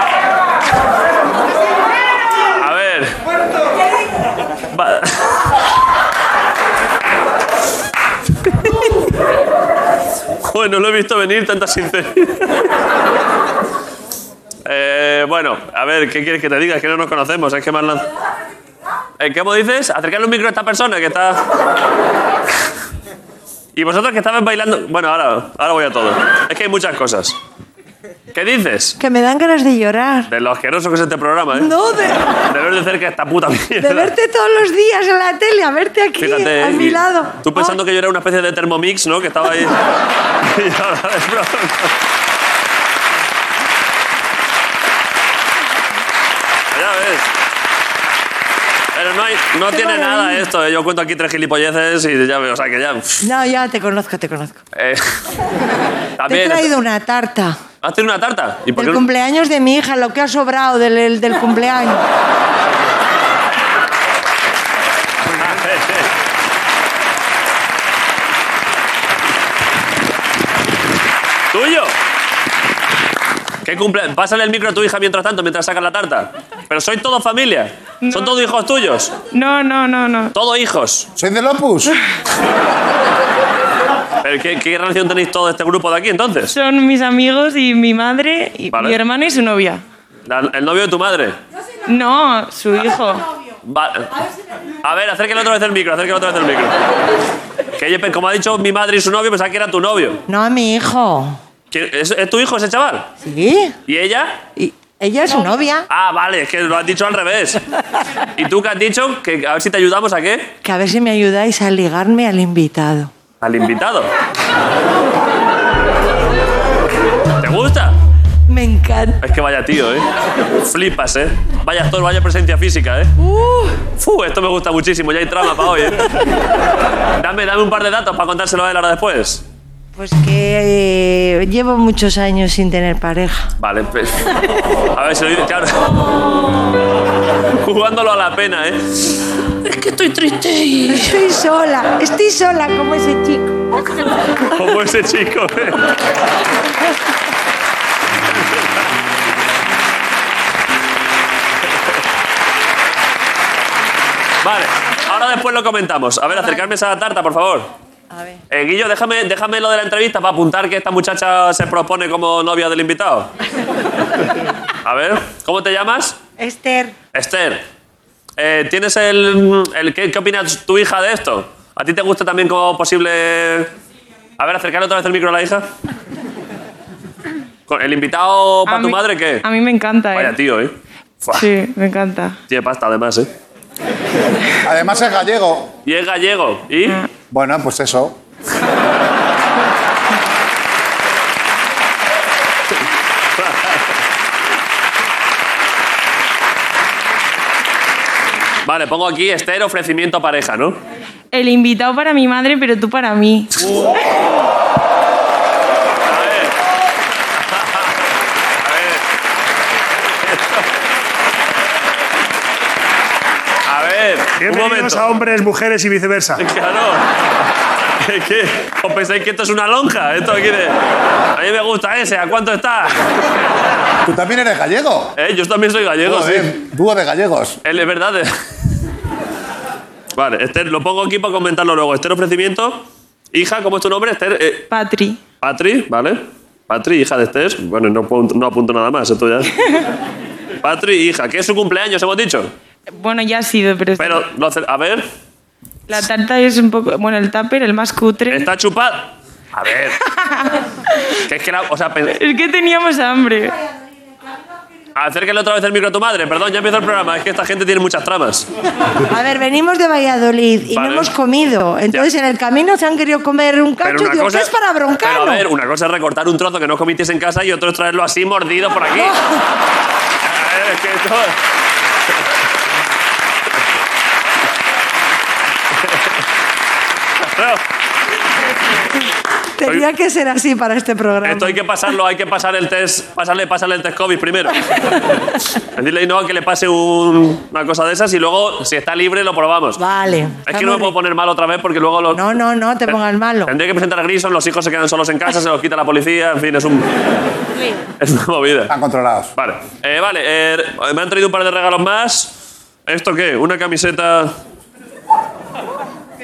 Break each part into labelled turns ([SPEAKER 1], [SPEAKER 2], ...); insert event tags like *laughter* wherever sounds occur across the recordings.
[SPEAKER 1] *laughs* joder, no lo he visto venir tanta sinceridad. *laughs* Eh, bueno, a ver, ¿qué quieres que te diga? Es que no nos conocemos, es que me han lanzado. Eh, ¿Cómo dices? Acercarle un micro a esta persona que está. *laughs* y vosotros que estabais bailando. Bueno, ahora, ahora voy a todo. Es que hay muchas cosas. ¿Qué dices?
[SPEAKER 2] Que me dan ganas de llorar.
[SPEAKER 1] De lo asqueroso que es este programa, ¿eh?
[SPEAKER 2] No, de,
[SPEAKER 1] De ver de cerca esta puta mierda.
[SPEAKER 2] de verte todos los días en la tele, a verte aquí,
[SPEAKER 1] Fíjate,
[SPEAKER 2] a
[SPEAKER 1] y
[SPEAKER 2] mi lado. Ah.
[SPEAKER 1] Tú pensando que yo era una especie de Thermomix, ¿no? Que
[SPEAKER 2] *laughs*
[SPEAKER 1] estaba ahí. *laughs* Y ahora de pronto- ya ves. Pero no, hay- no
[SPEAKER 2] Qué
[SPEAKER 1] tiene
[SPEAKER 2] maravilla.
[SPEAKER 1] nada esto. ¿eh? Yo cuento aquí tres gilipolleces y ya veo. O sea, que ya. pff,
[SPEAKER 2] Ah, No, ya te conozco, te conozco.
[SPEAKER 1] eh,
[SPEAKER 2] Te he
[SPEAKER 1] también.
[SPEAKER 2] traído una tarta
[SPEAKER 1] ¿Has tenido una tarta? ¿Y por
[SPEAKER 2] del
[SPEAKER 1] qué no-
[SPEAKER 2] cumpleaños de mi hija, lo que ha sobrado del, el- del cumpleaños.
[SPEAKER 1] *laughs* ¿Tuyo? ¿Qué cumple? Pásale el micro a tu hija mientras tanto, mientras sacas la tarta. Pero sois todos familia. Son todos hijos tuyos.
[SPEAKER 3] No, no, no, no.
[SPEAKER 1] Todos hijos.
[SPEAKER 4] ¿Soy del Opus?
[SPEAKER 1] *laughs* ¿Pero qué, qué relación tenéis todo este grupo de aquí entonces?
[SPEAKER 3] Son mis amigos y mi madre, y
[SPEAKER 1] Vale.
[SPEAKER 3] mi hermana y su novia.
[SPEAKER 1] La- el novio de tu madre.
[SPEAKER 3] No, su hijo.
[SPEAKER 1] Va- A ver, acérquele otra vez el micro, acérquele otra vez el micro. Que oye, pues, como ha dicho mi madre y su novio, pensaba que era tu novio.
[SPEAKER 2] No, a mi hijo.
[SPEAKER 1] ¿Quién- ¿Es, es tu hijo ese chaval?
[SPEAKER 2] ¿Sí?
[SPEAKER 1] ¿Y ella?
[SPEAKER 2] Y ella es su novia.
[SPEAKER 1] Ah, vale, es que lo has dicho al revés. ¿Y tú qué has dicho? Que, a ver si te ayudamos a qué.
[SPEAKER 2] Que a ver si me ayudáis a ligarme al invitado.
[SPEAKER 1] Al invitado. ¿Te gusta?
[SPEAKER 2] Me encanta.
[SPEAKER 1] Es que vaya tío, ¿eh? Flipas, ¿eh? Vaya actor, vaya presencia física, ¿eh?
[SPEAKER 2] Uh,
[SPEAKER 1] Fu, esto me gusta muchísimo, ya hay trama para hoy, ¿eh? Dame, dame un par de datos para contárselo a él ahora después.
[SPEAKER 2] Pues que eh, llevo muchos años sin tener pareja.
[SPEAKER 1] Vale, pues... A ver si lo dice, claro. Jugándolo a la pena, ¿eh? Es que estoy triste y...
[SPEAKER 2] Estoy sola, estoy sola como ese chico.
[SPEAKER 1] Como ese chico, ¿eh? Vale, ahora después lo comentamos. A ver, acercarme a esa tarta, por favor.
[SPEAKER 2] A ver.
[SPEAKER 1] Eh, Guillo, déjame, déjame lo de la entrevista para apuntar que esta muchacha se propone como novia del invitado. A ver, ¿cómo te llamas?
[SPEAKER 2] Esther,
[SPEAKER 1] Esther. Eh, ¿Tienes el, el- ¿qué, qué opina tu hija de esto? ¿A ti te gusta también como posible...? A ver, acercar otra vez el micro a la
[SPEAKER 3] *laughs*
[SPEAKER 1] hija. Con- ¿El invitado para
[SPEAKER 3] A
[SPEAKER 1] Oh, tu
[SPEAKER 3] mí-
[SPEAKER 1] madre qué?
[SPEAKER 3] A mí me encanta, ¿eh?
[SPEAKER 1] Vaya tío, ¿eh? Fua,
[SPEAKER 3] Sí, me encanta.
[SPEAKER 1] Tiene pasta además, ¿eh?
[SPEAKER 4] Además es gallego.
[SPEAKER 1] Y es gallego. ¿Y?
[SPEAKER 4] Bueno, pues eso.
[SPEAKER 1] Vale, pongo aquí Esther, ofrecimiento pareja, ¿no?
[SPEAKER 3] El invitado para mi madre, pero tú para mí.
[SPEAKER 1] Uh. A ver. A ver. A ver, un
[SPEAKER 5] Bienvenidos
[SPEAKER 1] momento.
[SPEAKER 5] a hombres, mujeres y viceversa.
[SPEAKER 1] *laughs* Claro. ¿Qué, qué? ¿Os pensáis que esto es una lonja? Esto aquí de... A mí me gusta ese. ¿A cuánto está?
[SPEAKER 4] ¿Tú también eres gallego?
[SPEAKER 1] Eh, Yo también soy gallego, sí.
[SPEAKER 4] Joder, Dúo de gallegos.
[SPEAKER 1] Él es verdad. eh. Vale, Esther, lo pongo aquí para comentarlo luego. Esther, ofrecimiento. Hija, ¿cómo es tu nombre? Esther. eh,
[SPEAKER 3] Patri.
[SPEAKER 1] Patri, ¿vale? Patri, hija de Esther. Bueno, no, apunto- no apunto nada más,
[SPEAKER 3] *laughs*
[SPEAKER 1] esto ya. es- Patri, hija, que es su cumpleaños, hemos dicho.
[SPEAKER 3] Bueno, ya ha sido, pero,
[SPEAKER 1] Pero, lo hace- a ver,
[SPEAKER 3] la tarta es un poco... Bueno, el tupper, el más cutre.
[SPEAKER 1] está chupada. A
[SPEAKER 3] *laughs*
[SPEAKER 1] ver. que es que la. O sea, pe-
[SPEAKER 3] Es que teníamos hambre.
[SPEAKER 1] Acércale otra vez el micro a tu madre. Perdón, ya empieza el programa. Es que esta gente tiene muchas tramas.
[SPEAKER 2] a ver, venimos de Valladolid y
[SPEAKER 1] Vale.
[SPEAKER 2] no hemos comido. Entonces en el camino se han querido comer un cacho y digo, ¿qué es para broncano?
[SPEAKER 1] Pero a ver, una cosa es recortar un trozo que no comisteis en casa y otro es traerlo así mordido por
[SPEAKER 2] *laughs*
[SPEAKER 1] aquí. A ver, es que esto...
[SPEAKER 2] Tenía que ser así para este programa.
[SPEAKER 1] Esto hay que pasarlo, hay que pasar el test, pásale, pásale el test COVID primero. Decirle no que le pase un- una cosa de esas y luego, si está libre, lo probamos.
[SPEAKER 2] Vale.
[SPEAKER 1] Es
[SPEAKER 2] está
[SPEAKER 1] que no me
[SPEAKER 2] muy
[SPEAKER 1] puedo poner mal otra vez porque luego los...
[SPEAKER 2] rico. no, no, no te pongas malo.
[SPEAKER 1] Tendría que presentar a Grison, los hijos se quedan solos en casa, se los quita la policía, en fin, es un... Es una movida.
[SPEAKER 4] Están controlados.
[SPEAKER 1] Vale, eh, vale, eh, me han traído un par de regalos más. ¿Esto qué? ¿Una camiseta?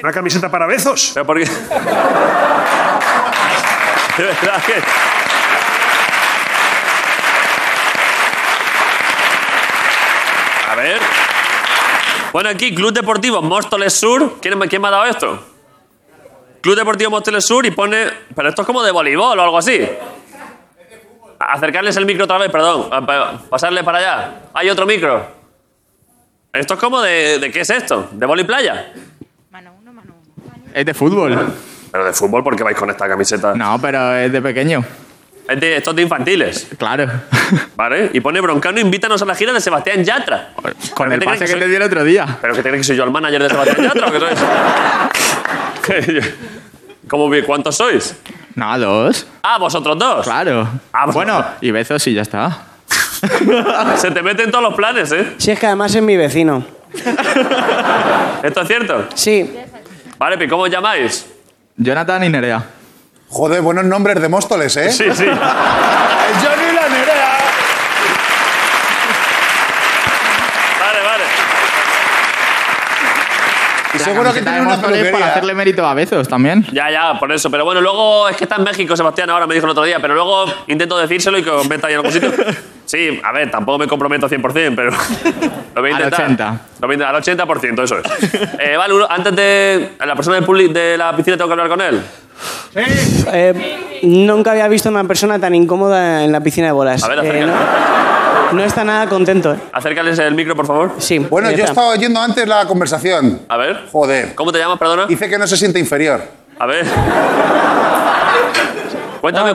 [SPEAKER 5] Una camiseta para bezos.
[SPEAKER 1] ¿Pero por qué? De verdad que. *laughs* A ver. Bueno, aquí, Club Deportivo Móstoles Sur. ¿Quién, me- quién me ha dado esto? Club Deportivo Móstoles Sur y pone. Pero esto es como de voleibol o algo así. Acercarles el micro otra vez, perdón. Pa- pa- Pasarle para allá. Hay otro micro. Esto es como de. ¿De qué es esto? ¿De boli playa?
[SPEAKER 5] Es de fútbol.
[SPEAKER 1] Pero de fútbol, ¿por qué vais con esta camiseta?
[SPEAKER 5] No, pero es de pequeño.
[SPEAKER 1] Es de, esto es de infantiles.
[SPEAKER 5] Claro. *laughs*
[SPEAKER 1] ¿Vale? Y pone Broncano, invítanos a la gira de Sebastián Yatra.
[SPEAKER 5] Con
[SPEAKER 1] ¿Pero
[SPEAKER 5] el
[SPEAKER 1] qué te crees
[SPEAKER 5] pase que
[SPEAKER 1] soy-
[SPEAKER 5] te di el otro día.
[SPEAKER 1] ¿Pero qué te crees que soy yo el manager de Sebastián Yatra? ¿O qué
[SPEAKER 5] *laughs*
[SPEAKER 1] sois? ¿Qué yo- ¿Cómo, vi- ¿Cuántos sois?
[SPEAKER 5] No, dos.
[SPEAKER 1] Ah, vosotros dos.
[SPEAKER 5] Claro.
[SPEAKER 1] Ah, pues-
[SPEAKER 5] bueno, y besos y ya está.
[SPEAKER 1] *laughs* Se te meten todos los planes, ¿eh?
[SPEAKER 6] Si es que además es mi vecino.
[SPEAKER 1] ¿Esto es cierto?
[SPEAKER 6] Sí,
[SPEAKER 1] Vale, ¿pero cómo os llamáis?
[SPEAKER 5] Jonathan y Nerea.
[SPEAKER 4] Joder, buenos nombres de Móstoles, ¿eh?
[SPEAKER 1] Sí, sí.
[SPEAKER 4] El Johnny y la Nerea.
[SPEAKER 1] Vale, vale.
[SPEAKER 4] Y
[SPEAKER 5] La
[SPEAKER 4] seguro
[SPEAKER 5] camiseta
[SPEAKER 4] que
[SPEAKER 5] de
[SPEAKER 4] tiene una
[SPEAKER 5] Móstoles
[SPEAKER 4] peluquería.
[SPEAKER 5] para hacerle mérito a besos también.
[SPEAKER 1] Ya, ya, por eso. Pero bueno, luego es que está en México, Sebastián, ahora me dijo el otro día, pero luego intento decírselo y que os meta ahí en
[SPEAKER 7] *laughs*
[SPEAKER 1] algún sitio. Sí, a ver, tampoco me comprometo 100%, pero *laughs* lo voy a
[SPEAKER 5] Al
[SPEAKER 1] intentar.
[SPEAKER 5] 80.
[SPEAKER 1] Lo voy a intentar, al 80%, eso es. Eh, vale, uno- antes de... ¿La persona del public de la piscina tengo que hablar con él?
[SPEAKER 6] eh, nunca había visto a una persona tan incómoda en la piscina de bolas.
[SPEAKER 1] A ver,
[SPEAKER 6] Eh,
[SPEAKER 1] acércate.
[SPEAKER 6] no, no está nada contento. eh.
[SPEAKER 1] Acércales el micro, por favor.
[SPEAKER 6] Sí.
[SPEAKER 4] Bueno,
[SPEAKER 6] ya
[SPEAKER 4] yo
[SPEAKER 6] está.
[SPEAKER 4] estaba oyendo antes la conversación.
[SPEAKER 1] A ver.
[SPEAKER 4] Joder.
[SPEAKER 1] ¿Cómo te llamas, perdona?
[SPEAKER 4] Dice que no se siente inferior.
[SPEAKER 7] *laughs*
[SPEAKER 1] A ver. Cuéntame,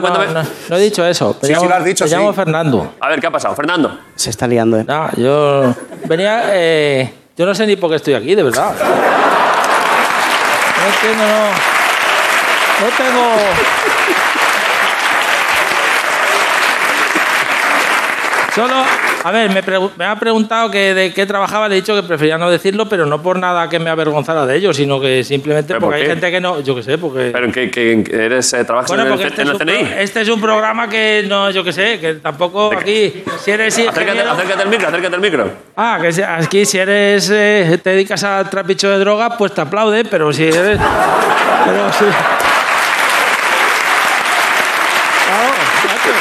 [SPEAKER 7] No, no,
[SPEAKER 1] cuéntame.
[SPEAKER 7] No, no he dicho eso. Me
[SPEAKER 4] Sí, sí, lo has dicho,
[SPEAKER 7] me
[SPEAKER 4] sí.
[SPEAKER 7] llamo Fernando.
[SPEAKER 1] A ver, ¿qué ha pasado? Fernando.
[SPEAKER 6] Se está liando. eh.
[SPEAKER 7] No, yo venía. eh, yo no sé ni por qué estoy aquí, de verdad. No entiendo, no. No tengo. Solo, a ver, me, pregu- me ha preguntado que de qué trabajaba, le he dicho que prefería no decirlo, pero no por nada que me avergonzara de ello, sino que simplemente
[SPEAKER 1] ¿Pero
[SPEAKER 7] porque
[SPEAKER 1] por
[SPEAKER 7] hay
[SPEAKER 1] qué?
[SPEAKER 7] gente que no, yo qué sé, porque...
[SPEAKER 1] ¿Pero en qué, qué- en qué eres, eh, trabajas
[SPEAKER 7] Bueno,
[SPEAKER 1] en el,
[SPEAKER 7] porque este,
[SPEAKER 1] C- en el
[SPEAKER 7] es un
[SPEAKER 1] CNI?
[SPEAKER 7] pro- este es un programa que no, yo qué sé, que tampoco aquí. Si eres
[SPEAKER 1] Acércate,
[SPEAKER 7] ingeniero-
[SPEAKER 1] acércate al micro, acércate al micro.
[SPEAKER 7] Ah, que si- aquí si eres. eh, te dedicas a trapicho de droga, pues te aplaude, pero si eres. pero si. Claro, macho.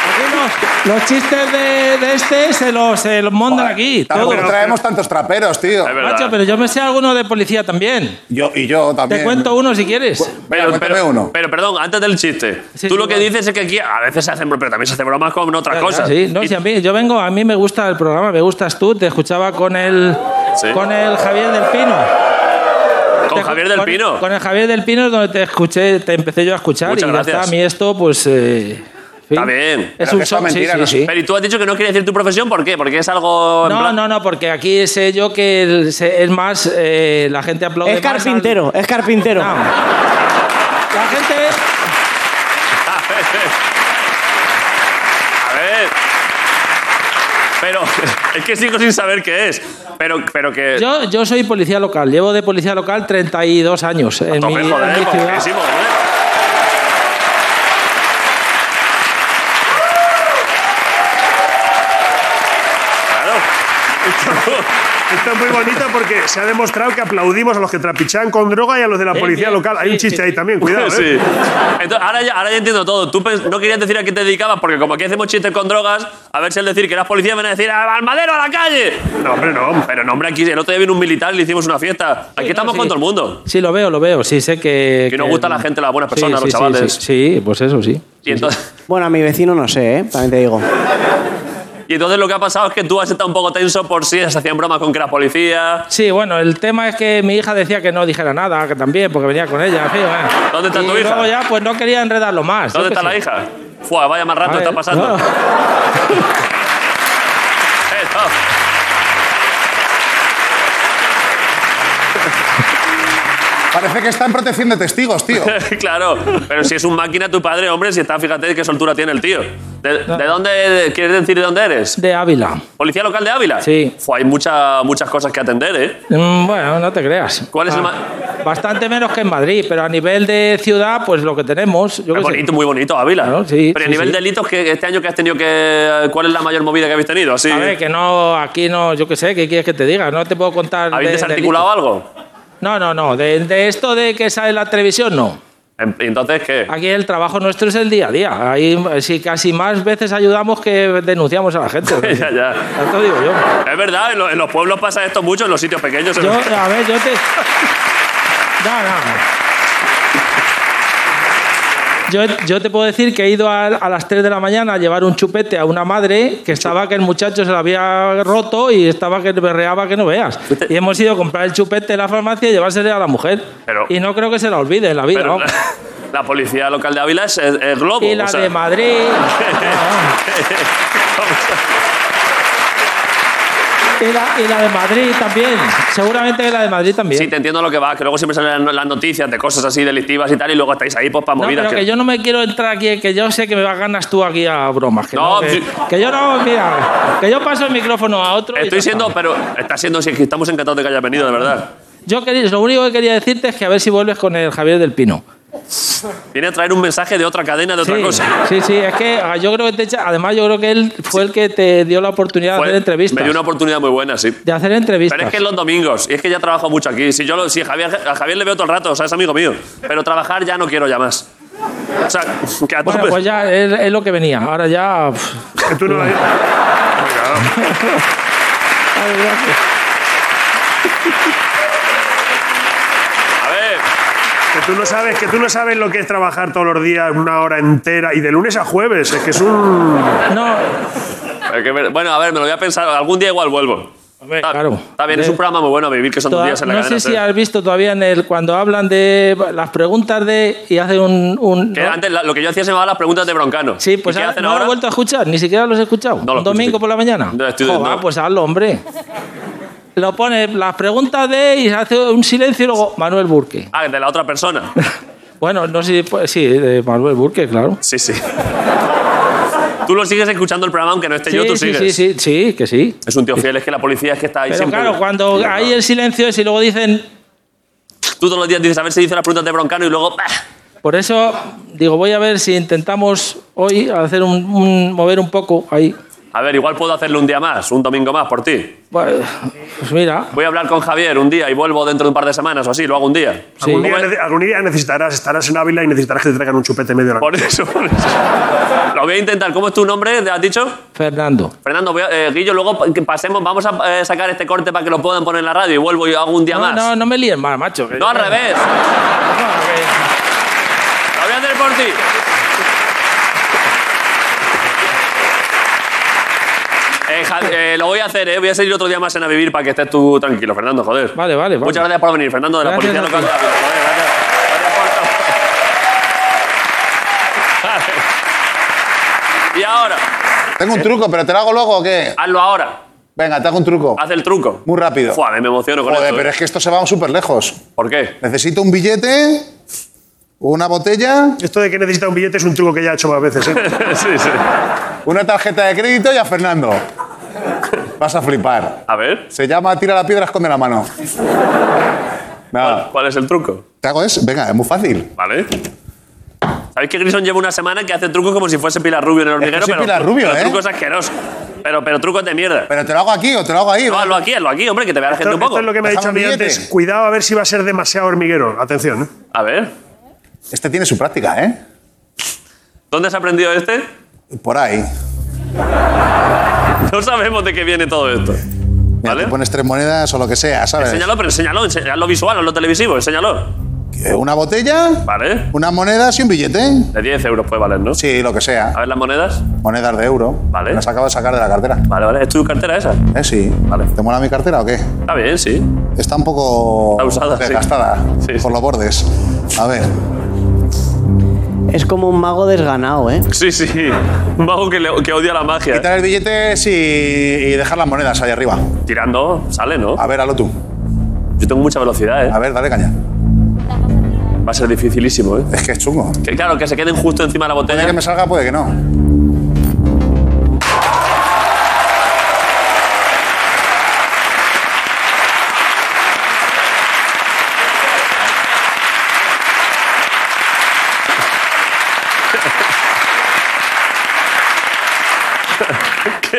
[SPEAKER 7] Aquí los, los chistes de, de este se los, se los montan aquí.
[SPEAKER 4] Tampoco
[SPEAKER 7] todos.
[SPEAKER 4] traemos tantos traperos, tío.
[SPEAKER 1] Es verdad.
[SPEAKER 7] Macho, pero yo me sé alguno de policía también.
[SPEAKER 4] Yo, y yo
[SPEAKER 7] Te
[SPEAKER 4] también.
[SPEAKER 7] cuento uno si quieres.
[SPEAKER 1] Pero,
[SPEAKER 4] Venga,
[SPEAKER 1] pero-
[SPEAKER 4] cuéntame uno.
[SPEAKER 1] pero, perdón, antes del chiste.
[SPEAKER 7] Sí,
[SPEAKER 1] tú
[SPEAKER 7] sí,
[SPEAKER 1] lo que
[SPEAKER 7] va.
[SPEAKER 1] dices es que aquí a veces se hacen bromas, pero también se hacen bromas con otras
[SPEAKER 7] Ya, ya,
[SPEAKER 1] cosas.
[SPEAKER 7] Sí, no,
[SPEAKER 1] Y-
[SPEAKER 7] si a mí, yo vengo, a mí me gusta el programa, me gustas tú, te escuchaba con el,
[SPEAKER 1] Sí.
[SPEAKER 7] con el Javier del Pino.
[SPEAKER 1] con
[SPEAKER 7] Te-
[SPEAKER 1] Javier del
[SPEAKER 7] con-
[SPEAKER 1] Pino.
[SPEAKER 7] Con el Javier del Pino es donde te escuché, te empecé yo a escuchar
[SPEAKER 1] Muchas
[SPEAKER 7] y
[SPEAKER 1] gracias.
[SPEAKER 7] ya está, a mí esto, pues... eh, en fin.
[SPEAKER 1] Está bien.
[SPEAKER 7] Es
[SPEAKER 4] Pero que
[SPEAKER 7] un
[SPEAKER 4] esto
[SPEAKER 7] shock,
[SPEAKER 4] es mentira,
[SPEAKER 7] sí,
[SPEAKER 4] no
[SPEAKER 7] sí, sí.
[SPEAKER 1] Pero y tú has dicho que no quieres decir tu profesión, ¿por qué? Porque es algo. en
[SPEAKER 7] No,
[SPEAKER 1] plan-
[SPEAKER 7] no, no, porque aquí sé yo que el- se- es más, eh, la gente aplaude
[SPEAKER 6] Es
[SPEAKER 7] más al-
[SPEAKER 6] carpintero, es carpintero.
[SPEAKER 7] No. La gente...
[SPEAKER 1] *laughs* A ver. Pero es que sigo sin saber qué es. Pero, pero que.
[SPEAKER 7] Yo, yo soy policía local, llevo de policía local 32 años en mi,
[SPEAKER 1] Tope,
[SPEAKER 7] en
[SPEAKER 1] joder,
[SPEAKER 7] mi ciudad.
[SPEAKER 1] poquísimo, joder. Claro.
[SPEAKER 8] Esto es muy bonito porque se ha demostrado que aplaudimos a los que trapichan con droga y a los de la
[SPEAKER 7] Sí,
[SPEAKER 8] policía
[SPEAKER 7] sí,
[SPEAKER 8] local. Hay un
[SPEAKER 7] sí,
[SPEAKER 8] chiste
[SPEAKER 7] sí,
[SPEAKER 8] ahí
[SPEAKER 7] sí.
[SPEAKER 8] también, cuidado. ¿eh?
[SPEAKER 1] *laughs* Sí. Entonces, ahora, ya, ahora ya entiendo todo. Tú pens- no querías decir a qué te dedicabas, porque como aquí hacemos chistes con drogas, a ver si al decir que eras policía me van a decir "¡Ah, ¡Al madero, a la calle! No, hombre, no. Pero no, hombre, aquí el otro día vino un militar y le hicimos una fiesta. Aquí
[SPEAKER 7] Sí,
[SPEAKER 1] estamos
[SPEAKER 7] no, sí.
[SPEAKER 1] con todo el mundo.
[SPEAKER 7] Sí, lo veo, lo veo. Sí, sé que.
[SPEAKER 1] Que nos gusta la gente, las buenas
[SPEAKER 7] Sí,
[SPEAKER 1] personas,
[SPEAKER 7] sí,
[SPEAKER 1] los
[SPEAKER 7] sí,
[SPEAKER 1] chavales.
[SPEAKER 7] Sí, sí, pues eso sí.
[SPEAKER 1] Y entonces,
[SPEAKER 6] Bueno, a mi vecino no sé, ¿eh? también te digo.
[SPEAKER 1] y entonces lo que ha pasado es que tú has estado un poco tenso por si se hacían bromas con que eras policía.
[SPEAKER 7] Sí, bueno, el tema es que mi hija decía que no dijera nada, que también, porque venía con ella. en fin, bueno.
[SPEAKER 1] ¿Dónde está
[SPEAKER 7] y
[SPEAKER 1] tu hija?
[SPEAKER 7] Luego ya, pues no quería enredarlo más. yo
[SPEAKER 1] ¿Dónde
[SPEAKER 7] qué
[SPEAKER 1] está la
[SPEAKER 7] sé.
[SPEAKER 1] hija? Fua, vaya más rato
[SPEAKER 7] A ver,
[SPEAKER 1] está pasando. *laughs*
[SPEAKER 7] no.
[SPEAKER 1] Eh, no.
[SPEAKER 4] Parece que está en protección de testigos,
[SPEAKER 1] *laughs*
[SPEAKER 4] tío.
[SPEAKER 1] claro, pero si es un máquina tu padre, hombre, si está, fíjate qué soltura tiene el tío. ¿De, de dónde quieres decir de dónde eres?
[SPEAKER 7] De Ávila.
[SPEAKER 1] ¿Policía local de Ávila?
[SPEAKER 7] Sí.
[SPEAKER 1] Fua, hay mucha- muchas cosas que atender, ¿eh?
[SPEAKER 7] Mm, Bueno, no te creas. Ah,
[SPEAKER 1] ¿Cuál es el
[SPEAKER 7] Bastante menos que en Madrid, pero a nivel de ciudad, pues lo que tenemos. Yo qué
[SPEAKER 1] Es
[SPEAKER 7] sé.
[SPEAKER 1] bonito, muy bonito Ávila.
[SPEAKER 7] Claro, sí,
[SPEAKER 1] pero a
[SPEAKER 7] sí,
[SPEAKER 1] nivel
[SPEAKER 7] sí.
[SPEAKER 1] de delitos, ¿qué, ¿este año que has tenido que. ¿Cuál es la mayor movida que habéis tenido? Así,
[SPEAKER 7] A ver, que no, aquí no, yo qué sé, ¿qué quieres que te diga? No te puedo contar.
[SPEAKER 1] ¿Habéis
[SPEAKER 7] de-
[SPEAKER 1] desarticulado algo?
[SPEAKER 7] No, no, no. De, de esto de que sale la televisión, no.
[SPEAKER 1] Em- Entonces, ¿qué?
[SPEAKER 7] Aquí el trabajo nuestro es el día a día. Ahí eh, sí, casi más veces ayudamos que denunciamos a la gente.
[SPEAKER 1] *laughs* Ya, ya.
[SPEAKER 7] Tanto digo yo.
[SPEAKER 1] Es verdad, en, lo- en los pueblos pasa esto mucho, en los sitios pequeños. en
[SPEAKER 7] Yo,
[SPEAKER 1] los-
[SPEAKER 7] a ver, yo te. No, no, no. Yo, yo te puedo decir que he ido a, a las 3 de la mañana a llevar un chupete a una madre que estaba que el muchacho se lo había roto y estaba que berreaba que no veas. Y hemos ido a comprar el chupete de la farmacia y llevárselo a la mujer.
[SPEAKER 1] Pero-
[SPEAKER 7] y no creo que se la olvide en la vida.
[SPEAKER 1] Pero
[SPEAKER 7] ¿no?
[SPEAKER 1] la,
[SPEAKER 7] *laughs*
[SPEAKER 1] la policía local de Ávila es, es- es globo.
[SPEAKER 7] Y
[SPEAKER 1] o
[SPEAKER 7] la
[SPEAKER 1] sea,
[SPEAKER 7] de Madrid.
[SPEAKER 1] *laughs*
[SPEAKER 7] y, la, y la de Madrid también. Seguramente que la de Madrid también.
[SPEAKER 1] Sí, te entiendo lo que va, que luego siempre salen las- las noticias de cosas así delictivas y tal, y luego estáis ahí pues, para
[SPEAKER 7] No,
[SPEAKER 1] movidas.
[SPEAKER 7] pero que... yo no me quiero entrar aquí, que yo sé que me vas ganas tú aquí a bromas. Que, no,
[SPEAKER 1] No,
[SPEAKER 7] que,
[SPEAKER 1] sí.
[SPEAKER 7] que yo no, mira, que yo paso el micrófono a otro. y ya
[SPEAKER 1] Estoy
[SPEAKER 7] está.
[SPEAKER 1] siendo, pero está siendo, sí, que estamos encantados de que hayas venido, de verdad.
[SPEAKER 7] Yo quería, lo único que quería decirte es que a ver si vuelves con el Javier del Pino.
[SPEAKER 1] Viene a traer un mensaje de otra cadena, de otra
[SPEAKER 7] sí,
[SPEAKER 1] cosa.
[SPEAKER 7] sí, sí, es que ah, yo creo que te echa- además yo creo que él fue el que te dio la oportunidad
[SPEAKER 1] Fue-
[SPEAKER 7] de hacer entrevistas.
[SPEAKER 1] Me dio una oportunidad muy buena, sí.
[SPEAKER 7] De hacer entrevistas.
[SPEAKER 1] Pero es que los domingos, y es que ya trabajo mucho aquí. Si yo lo- si Javier, a Javier le veo todo el rato, o sea, es amigo mío. Pero trabajar ya no quiero ya más. O sea, que a
[SPEAKER 7] Bueno,
[SPEAKER 1] tope.
[SPEAKER 7] pues ya es, es lo que venía. Ahora ya. pf,
[SPEAKER 8] Que
[SPEAKER 1] *laughs*
[SPEAKER 8] tú
[SPEAKER 1] eh.
[SPEAKER 7] *laughs*
[SPEAKER 8] no...
[SPEAKER 1] A ver,
[SPEAKER 8] Que tú no sabes, que tú no sabes lo que es trabajar todos los días una hora entera y de lunes a jueves. Es que es un.
[SPEAKER 7] No,
[SPEAKER 1] es que me- bueno, a ver, me lo voy a pensar. Algún día igual vuelvo.
[SPEAKER 7] Hombre,
[SPEAKER 1] Está-
[SPEAKER 7] claro.
[SPEAKER 1] Está bien, es un programa muy bueno a vivir, que son dos
[SPEAKER 7] toda-
[SPEAKER 1] días en la
[SPEAKER 7] no
[SPEAKER 1] cadena.
[SPEAKER 7] sé si
[SPEAKER 1] tres.
[SPEAKER 7] has visto todavía en el cuando hablan de las preguntas de y hacen un, un-
[SPEAKER 1] Que
[SPEAKER 7] ¿no?
[SPEAKER 1] antes la- lo que yo hacía se llamaba las preguntas de Broncano.
[SPEAKER 7] Sí, pues
[SPEAKER 1] ¿Y qué
[SPEAKER 7] ahora,
[SPEAKER 1] hacen
[SPEAKER 7] no lo
[SPEAKER 1] ahora?
[SPEAKER 7] he vuelto a escuchar, ni siquiera los he escuchado.
[SPEAKER 1] No lo
[SPEAKER 7] ¿Un domingo
[SPEAKER 1] escuché.
[SPEAKER 7] por la mañana?
[SPEAKER 1] No, estoy-
[SPEAKER 7] Joder,
[SPEAKER 1] no.
[SPEAKER 7] Pues hazlo, hombre. Lo pone las preguntas de y hace un silencio y luego Manuel Burke.
[SPEAKER 1] Ah, de la otra
[SPEAKER 7] *laughs*
[SPEAKER 1] persona.
[SPEAKER 7] Bueno, no sé si pues, sí, de Manuel Burke, claro.
[SPEAKER 1] Sí, *laughs* sí. tú lo sigues escuchando el programa, aunque no esté yo, tú
[SPEAKER 7] sí,
[SPEAKER 1] sigues.
[SPEAKER 7] sí, sí, sí, que sí.
[SPEAKER 1] Es un tío fiel, es que la policía es que está ahí
[SPEAKER 7] Pero
[SPEAKER 1] siempre.
[SPEAKER 7] claro, cuando hay el silencio es y luego dicen,
[SPEAKER 1] Tú todos los días dices, a ver si dice las preguntas de Broncano y luego... bah,
[SPEAKER 7] por eso digo, voy a ver si intentamos hoy hacer un, un- mover un poco ahí.
[SPEAKER 1] A ver, igual puedo hacerlo un día más, un domingo más por ti.
[SPEAKER 7] Bueno, Pues mira,
[SPEAKER 1] Voy a hablar con Javier un día y vuelvo dentro de un par de semanas o así, lo hago un día.
[SPEAKER 7] sí.
[SPEAKER 8] Algún, día, nece- algún día necesitarás, estarás en Ávila y necesitarás que te traigan un chupete medio de la
[SPEAKER 1] Por eso, por eso. Lo voy a intentar. ¿Cómo es tu nombre? ¿Te has dicho?
[SPEAKER 7] Fernando.
[SPEAKER 1] Fernando, voy a- eh, Guillo, luego pa- que pasemos, vamos a eh, sacar este corte para que lo puedan poner en la radio y vuelvo y hago un día
[SPEAKER 7] No,
[SPEAKER 1] más.
[SPEAKER 7] no, no me líes más, macho. que-
[SPEAKER 1] No, al
[SPEAKER 7] *laughs*
[SPEAKER 1] revés. Lo voy a hacer por ti. Eh, Ja- eh, lo voy a hacer, eh. voy a seguir otro día más en A Vivir para que estés tú tranquilo, Fernando, joder.
[SPEAKER 7] Vale, vale, vale.
[SPEAKER 1] Muchas gracias por venir, Fernando, de la
[SPEAKER 7] Gracias
[SPEAKER 1] Policía
[SPEAKER 7] a
[SPEAKER 1] Local.
[SPEAKER 7] ti. *laughs*
[SPEAKER 1] de Ávila. Joder, gracias. Gracias por todo. Vale. Y ahora,
[SPEAKER 4] Tengo un truco, pero ¿te lo hago luego o qué?
[SPEAKER 1] hazlo ahora.
[SPEAKER 4] Venga, te hago un truco.
[SPEAKER 1] Haz el truco.
[SPEAKER 4] Muy rápido.
[SPEAKER 1] Fua, me emociono con
[SPEAKER 4] Joder,
[SPEAKER 1] esto.
[SPEAKER 4] pero
[SPEAKER 1] eh.
[SPEAKER 4] es que esto se va súper lejos.
[SPEAKER 1] ¿Por qué?
[SPEAKER 4] Necesito un billete, una botella,
[SPEAKER 8] Esto de que necesita un billete es un truco que ya he hecho más veces. ¿eh?
[SPEAKER 1] *laughs* sí, sí.
[SPEAKER 4] una tarjeta de crédito y a Fernando. Vas a flipar.
[SPEAKER 1] A ver,
[SPEAKER 4] Se llama tira la piedra, esconde la mano. Nada,
[SPEAKER 1] ¿cuál es el truco?
[SPEAKER 4] te hago eso. Venga, es muy fácil.
[SPEAKER 1] ¿Vale? ¿Sabéis que Grison lleva una semana que hace trucos como si fuese Pilar Rubio en el hormiguero?
[SPEAKER 4] soy
[SPEAKER 1] pero,
[SPEAKER 4] Pilar Rubio,
[SPEAKER 1] pero
[SPEAKER 4] ¿eh?
[SPEAKER 1] trucos asquerosos. Pero, pero trucos de mierda.
[SPEAKER 4] Pero te lo hago aquí o te lo hago ahí.
[SPEAKER 1] No, hazlo aquí, hazlo aquí, hombre, que te vea la
[SPEAKER 8] Esto,
[SPEAKER 1] gente un
[SPEAKER 8] esto
[SPEAKER 1] poco.
[SPEAKER 8] es lo que me ha dicho a
[SPEAKER 4] Déjame
[SPEAKER 8] mí
[SPEAKER 4] un billete.
[SPEAKER 8] antes. Cuidado a ver si va a ser demasiado hormiguero. Atención. ¿eh?
[SPEAKER 1] A ver,
[SPEAKER 4] Este tiene su práctica, ¿eh?
[SPEAKER 1] ¿dónde has aprendido este?
[SPEAKER 4] Por ahí.
[SPEAKER 1] *laughs* No sabemos de qué viene todo esto.
[SPEAKER 4] Mira,
[SPEAKER 1] ¿Vale?
[SPEAKER 4] te pones tres monedas o lo que sea, ¿sabes?
[SPEAKER 1] Enséñalo, pero enséñalo, enséñalo lo visual, lo televisivo, enséñalo.
[SPEAKER 4] Eh, Una botella,
[SPEAKER 1] ¿Vale?
[SPEAKER 4] unas monedas y un billete.
[SPEAKER 1] De 10 euros puede valer, ¿no?
[SPEAKER 4] Sí, lo que
[SPEAKER 1] A
[SPEAKER 4] sea.
[SPEAKER 1] ver las monedas.
[SPEAKER 4] Monedas de euro.
[SPEAKER 1] Vale.
[SPEAKER 4] Las acabo de sacar de la cartera.
[SPEAKER 1] Vale, vale. ¿Es tu cartera esa?
[SPEAKER 4] Eh, sí.
[SPEAKER 1] Vale.
[SPEAKER 4] ¿Te mola mi cartera o qué?
[SPEAKER 1] Está bien, sí.
[SPEAKER 4] Está un poco
[SPEAKER 1] Está usada, sí.
[SPEAKER 4] desgastada
[SPEAKER 1] Sí, sí.
[SPEAKER 4] por los bordes. A ver,
[SPEAKER 6] Es como un mago desganado, ¿eh?
[SPEAKER 1] Sí, sí. Un mago que, le- que odia la magia.
[SPEAKER 4] quitar el billete sí, y dejar las monedas ahí arriba.
[SPEAKER 1] Tirando, sale, ¿no?
[SPEAKER 4] A ver, halo tú.
[SPEAKER 1] Yo tengo mucha velocidad, ¿eh?
[SPEAKER 4] A ver, dale caña.
[SPEAKER 1] Va a ser dificilísimo, ¿eh?
[SPEAKER 4] Es que es chungo.
[SPEAKER 1] Que, claro, que se queden justo encima de la
[SPEAKER 4] Puede que
[SPEAKER 1] botella.
[SPEAKER 4] me salga, puede que no.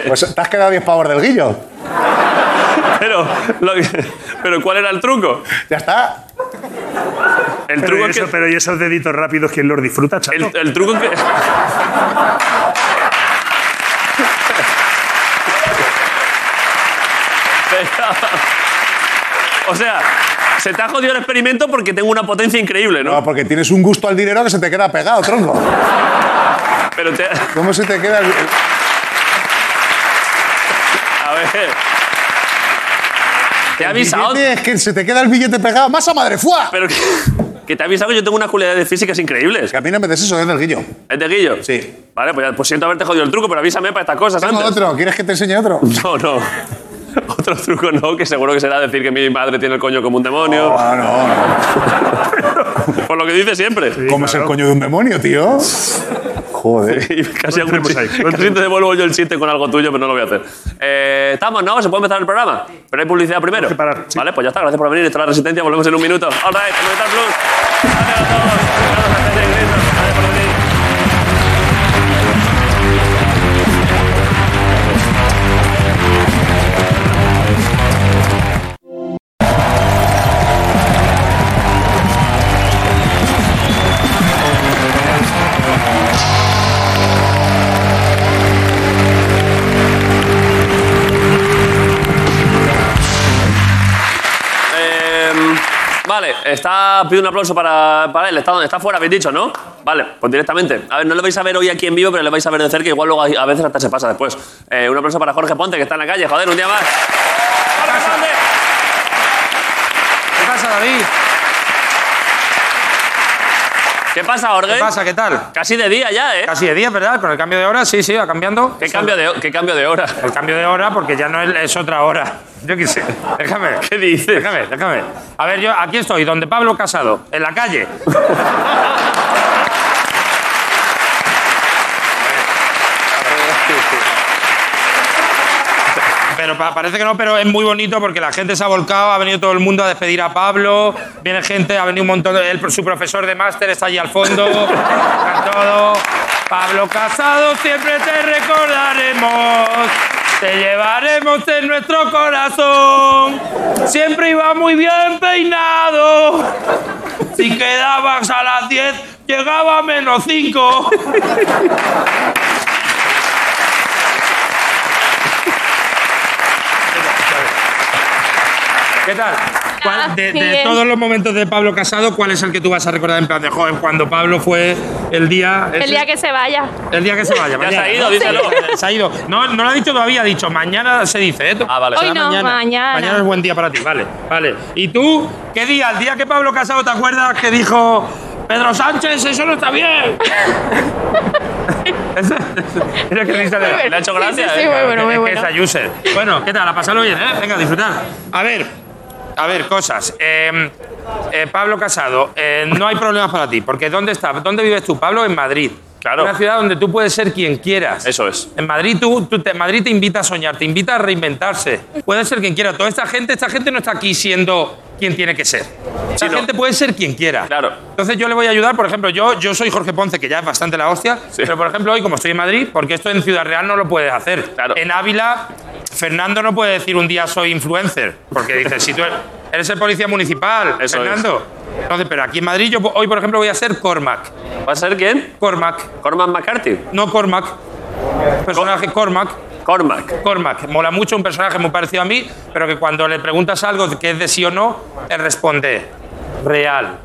[SPEAKER 4] Pues te has quedado 10 pavos del guillo.
[SPEAKER 1] Pero, lo que- pero ¿cuál era el truco?
[SPEAKER 4] Ya está.
[SPEAKER 1] El
[SPEAKER 8] Pero,
[SPEAKER 1] truco
[SPEAKER 8] y
[SPEAKER 1] es
[SPEAKER 8] eso-
[SPEAKER 1] que.
[SPEAKER 8] pero y esos deditos rápidos, ¿quién los disfruta, chato?
[SPEAKER 1] El, el truco es que. *laughs* o sea, se te ha jodido el experimento porque tengo una potencia increíble, ¿no?
[SPEAKER 4] No, Ah, porque tienes un gusto al dinero que se te queda
[SPEAKER 1] *laughs*
[SPEAKER 4] pegado, tronco.
[SPEAKER 1] Pero te.
[SPEAKER 4] ¿Cómo se te queda? el-
[SPEAKER 1] A ver. Te he avisado.
[SPEAKER 4] Billete, es que se te queda el billete pegado. ¡Masa madre, fuá!
[SPEAKER 1] Pero que, que te he avisado que yo tengo unas cualidades físicas increíbles.
[SPEAKER 4] Que a mí no me des eso, es del guillo.
[SPEAKER 1] ¿Es de Guillo?
[SPEAKER 4] Sí.
[SPEAKER 1] Vale, pues, ya- pues siento haberte jodido el truco, pero avísame para estas cosas
[SPEAKER 4] Tengo
[SPEAKER 1] antes.
[SPEAKER 4] otro. ¿Quieres que te enseñe otro?
[SPEAKER 1] No, no. *laughs* Otro truco no, que seguro que será decir que mi madre tiene el coño como un demonio.
[SPEAKER 4] No, no, no.
[SPEAKER 1] *laughs* Por lo que dice siempre.
[SPEAKER 4] ¿Cómo es el coño de un demonio, tío? Joder.
[SPEAKER 1] Y *laughs* casi,
[SPEAKER 8] No
[SPEAKER 1] hago un
[SPEAKER 8] entremos ahí,
[SPEAKER 1] chiste-
[SPEAKER 8] no
[SPEAKER 1] casi te devuelvo yo el chiste con algo tuyo, pero no lo voy a hacer. Eh, Estamos, ¿no? ¿Se puede empezar el programa? Pero hay publicidad primero.
[SPEAKER 8] que parar, sí.
[SPEAKER 1] Vale, pues ya está. Gracias por venir. Esto es La Resistencia. Volvemos en un minuto. All right, en Movistar Plus. Gracias a todos. Gracias a César Iglesias. Gracias por venir. Eh, vale, está, pido un aplauso para, para él. Está donde está fuera, habéis dicho, ¿no? Vale, pues directamente. A ver, no lo vais a ver hoy aquí en vivo, pero lo vais a ver de cerca. Igual luego a a veces hasta se pasa después. Eh, un aplauso para Jorge Ponte, que está en la calle. Joder, un día más. ¡Jorge Ponte!
[SPEAKER 9] ¿Qué pasa, David?
[SPEAKER 1] ¿Qué pasa, Jorge?
[SPEAKER 9] ¿Qué pasa? ¿Qué tal?
[SPEAKER 1] Casi de día ya, ¿eh?
[SPEAKER 9] Casi de día, ¿verdad? Con el cambio de hora, sí, sí, va cambiando.
[SPEAKER 1] ¿Qué cambio, de, ho- ¿Qué cambio de hora?
[SPEAKER 9] El cambio de hora porque ya no es, es otra hora. Yo qué
[SPEAKER 1] *laughs*
[SPEAKER 9] sé. Déjame.
[SPEAKER 1] ¿Qué dices?
[SPEAKER 9] Déjame, déjame. A ver, yo aquí estoy, donde Pablo Casado, en la calle. Pero pa- parece que no, pero es muy bonito porque la gente se ha volcado, ha venido todo el mundo a despedir a Pablo, viene gente, ha venido un montón, de, el- su profesor de máster está allí al fondo, está todo. Pablo Casado, siempre te recordaremos, te llevaremos en nuestro corazón, siempre iba muy bien peinado, si quedabas a las 10, llegaba a menos 5. ¿Qué tal? ¿Cuál- de, de
[SPEAKER 10] Bien.
[SPEAKER 9] todos los momentos de Pablo Casado, ¿cuál es el que tú vas a recordar en plan de joven? Cuando Pablo fue el día.
[SPEAKER 10] El día que se vaya.
[SPEAKER 9] el día que se vaya.
[SPEAKER 1] *laughs* Ya se
[SPEAKER 9] mañana,
[SPEAKER 1] ha
[SPEAKER 9] ¿no?
[SPEAKER 1] ido, díselo.
[SPEAKER 9] Se ha ido. No, no lo ha dicho todavía, ha dicho mañana se dice. ¿eh?
[SPEAKER 1] Ah, vale.
[SPEAKER 10] Hoy no, mañana.
[SPEAKER 9] Mañana es buen día para ti, vale. Vale. ¿Y tú? ¿Qué día? ¿El día que Pablo Casado te acuerdas que dijo Pedro Sánchez, eso no está bien?
[SPEAKER 10] *laughs*
[SPEAKER 9] Ese- Mira qué risa
[SPEAKER 10] Muy
[SPEAKER 9] le
[SPEAKER 10] bueno.
[SPEAKER 1] ha hecho gracia,
[SPEAKER 10] Sí, sí, sí,
[SPEAKER 1] eh.
[SPEAKER 10] muy bueno, muy
[SPEAKER 9] es que
[SPEAKER 10] bueno.
[SPEAKER 9] es Ayuser. Bueno, ¿qué tal? A pasarlo bien, ¿eh? Venga, a disfrutar. A ver, a ver, cosas. Eh, eh, Pablo Casado, eh, no hay problemas para ti, porque ¿dónde estás? ¿Dónde vives tú, Pablo? En Madrid.
[SPEAKER 1] Claro.
[SPEAKER 9] Una ciudad donde tú puedes ser quien quieras.
[SPEAKER 1] Eso es.
[SPEAKER 9] En Madrid, tú, tú te, Madrid te invita a soñar, te invita a reinventarse. Puede ser quien quiera. Toda esta gente, esta gente no está aquí siendo quien tiene que ser. Esta
[SPEAKER 1] Sí, no.
[SPEAKER 9] gente puede ser quien quiera.
[SPEAKER 1] Claro.
[SPEAKER 9] Entonces yo le voy a ayudar, por ejemplo, yo, yo soy Jorge Ponce, que ya es bastante la hostia,
[SPEAKER 1] Sí.
[SPEAKER 9] pero por ejemplo hoy como estoy en Madrid, porque esto en Ciudad Real no lo puedes hacer.
[SPEAKER 1] Claro.
[SPEAKER 9] En Ávila, Fernando no puede decir un día soy influencer, porque dice, si tú eres, eres el policía municipal,
[SPEAKER 1] *laughs* Eso es.
[SPEAKER 9] Fernando. Entonces, pero aquí en Madrid yo po- hoy, por ejemplo, voy a ser Cormac.
[SPEAKER 1] ¿Va a ser quién?
[SPEAKER 9] Cormac,
[SPEAKER 1] Cormac McCarthy.
[SPEAKER 9] no Cormac. Personaje Cormac.
[SPEAKER 1] Cormac.
[SPEAKER 9] Cormac. Mola mucho, un personaje muy parecido a mí, pero que cuando le preguntas algo que es de sí o no, él responde, real.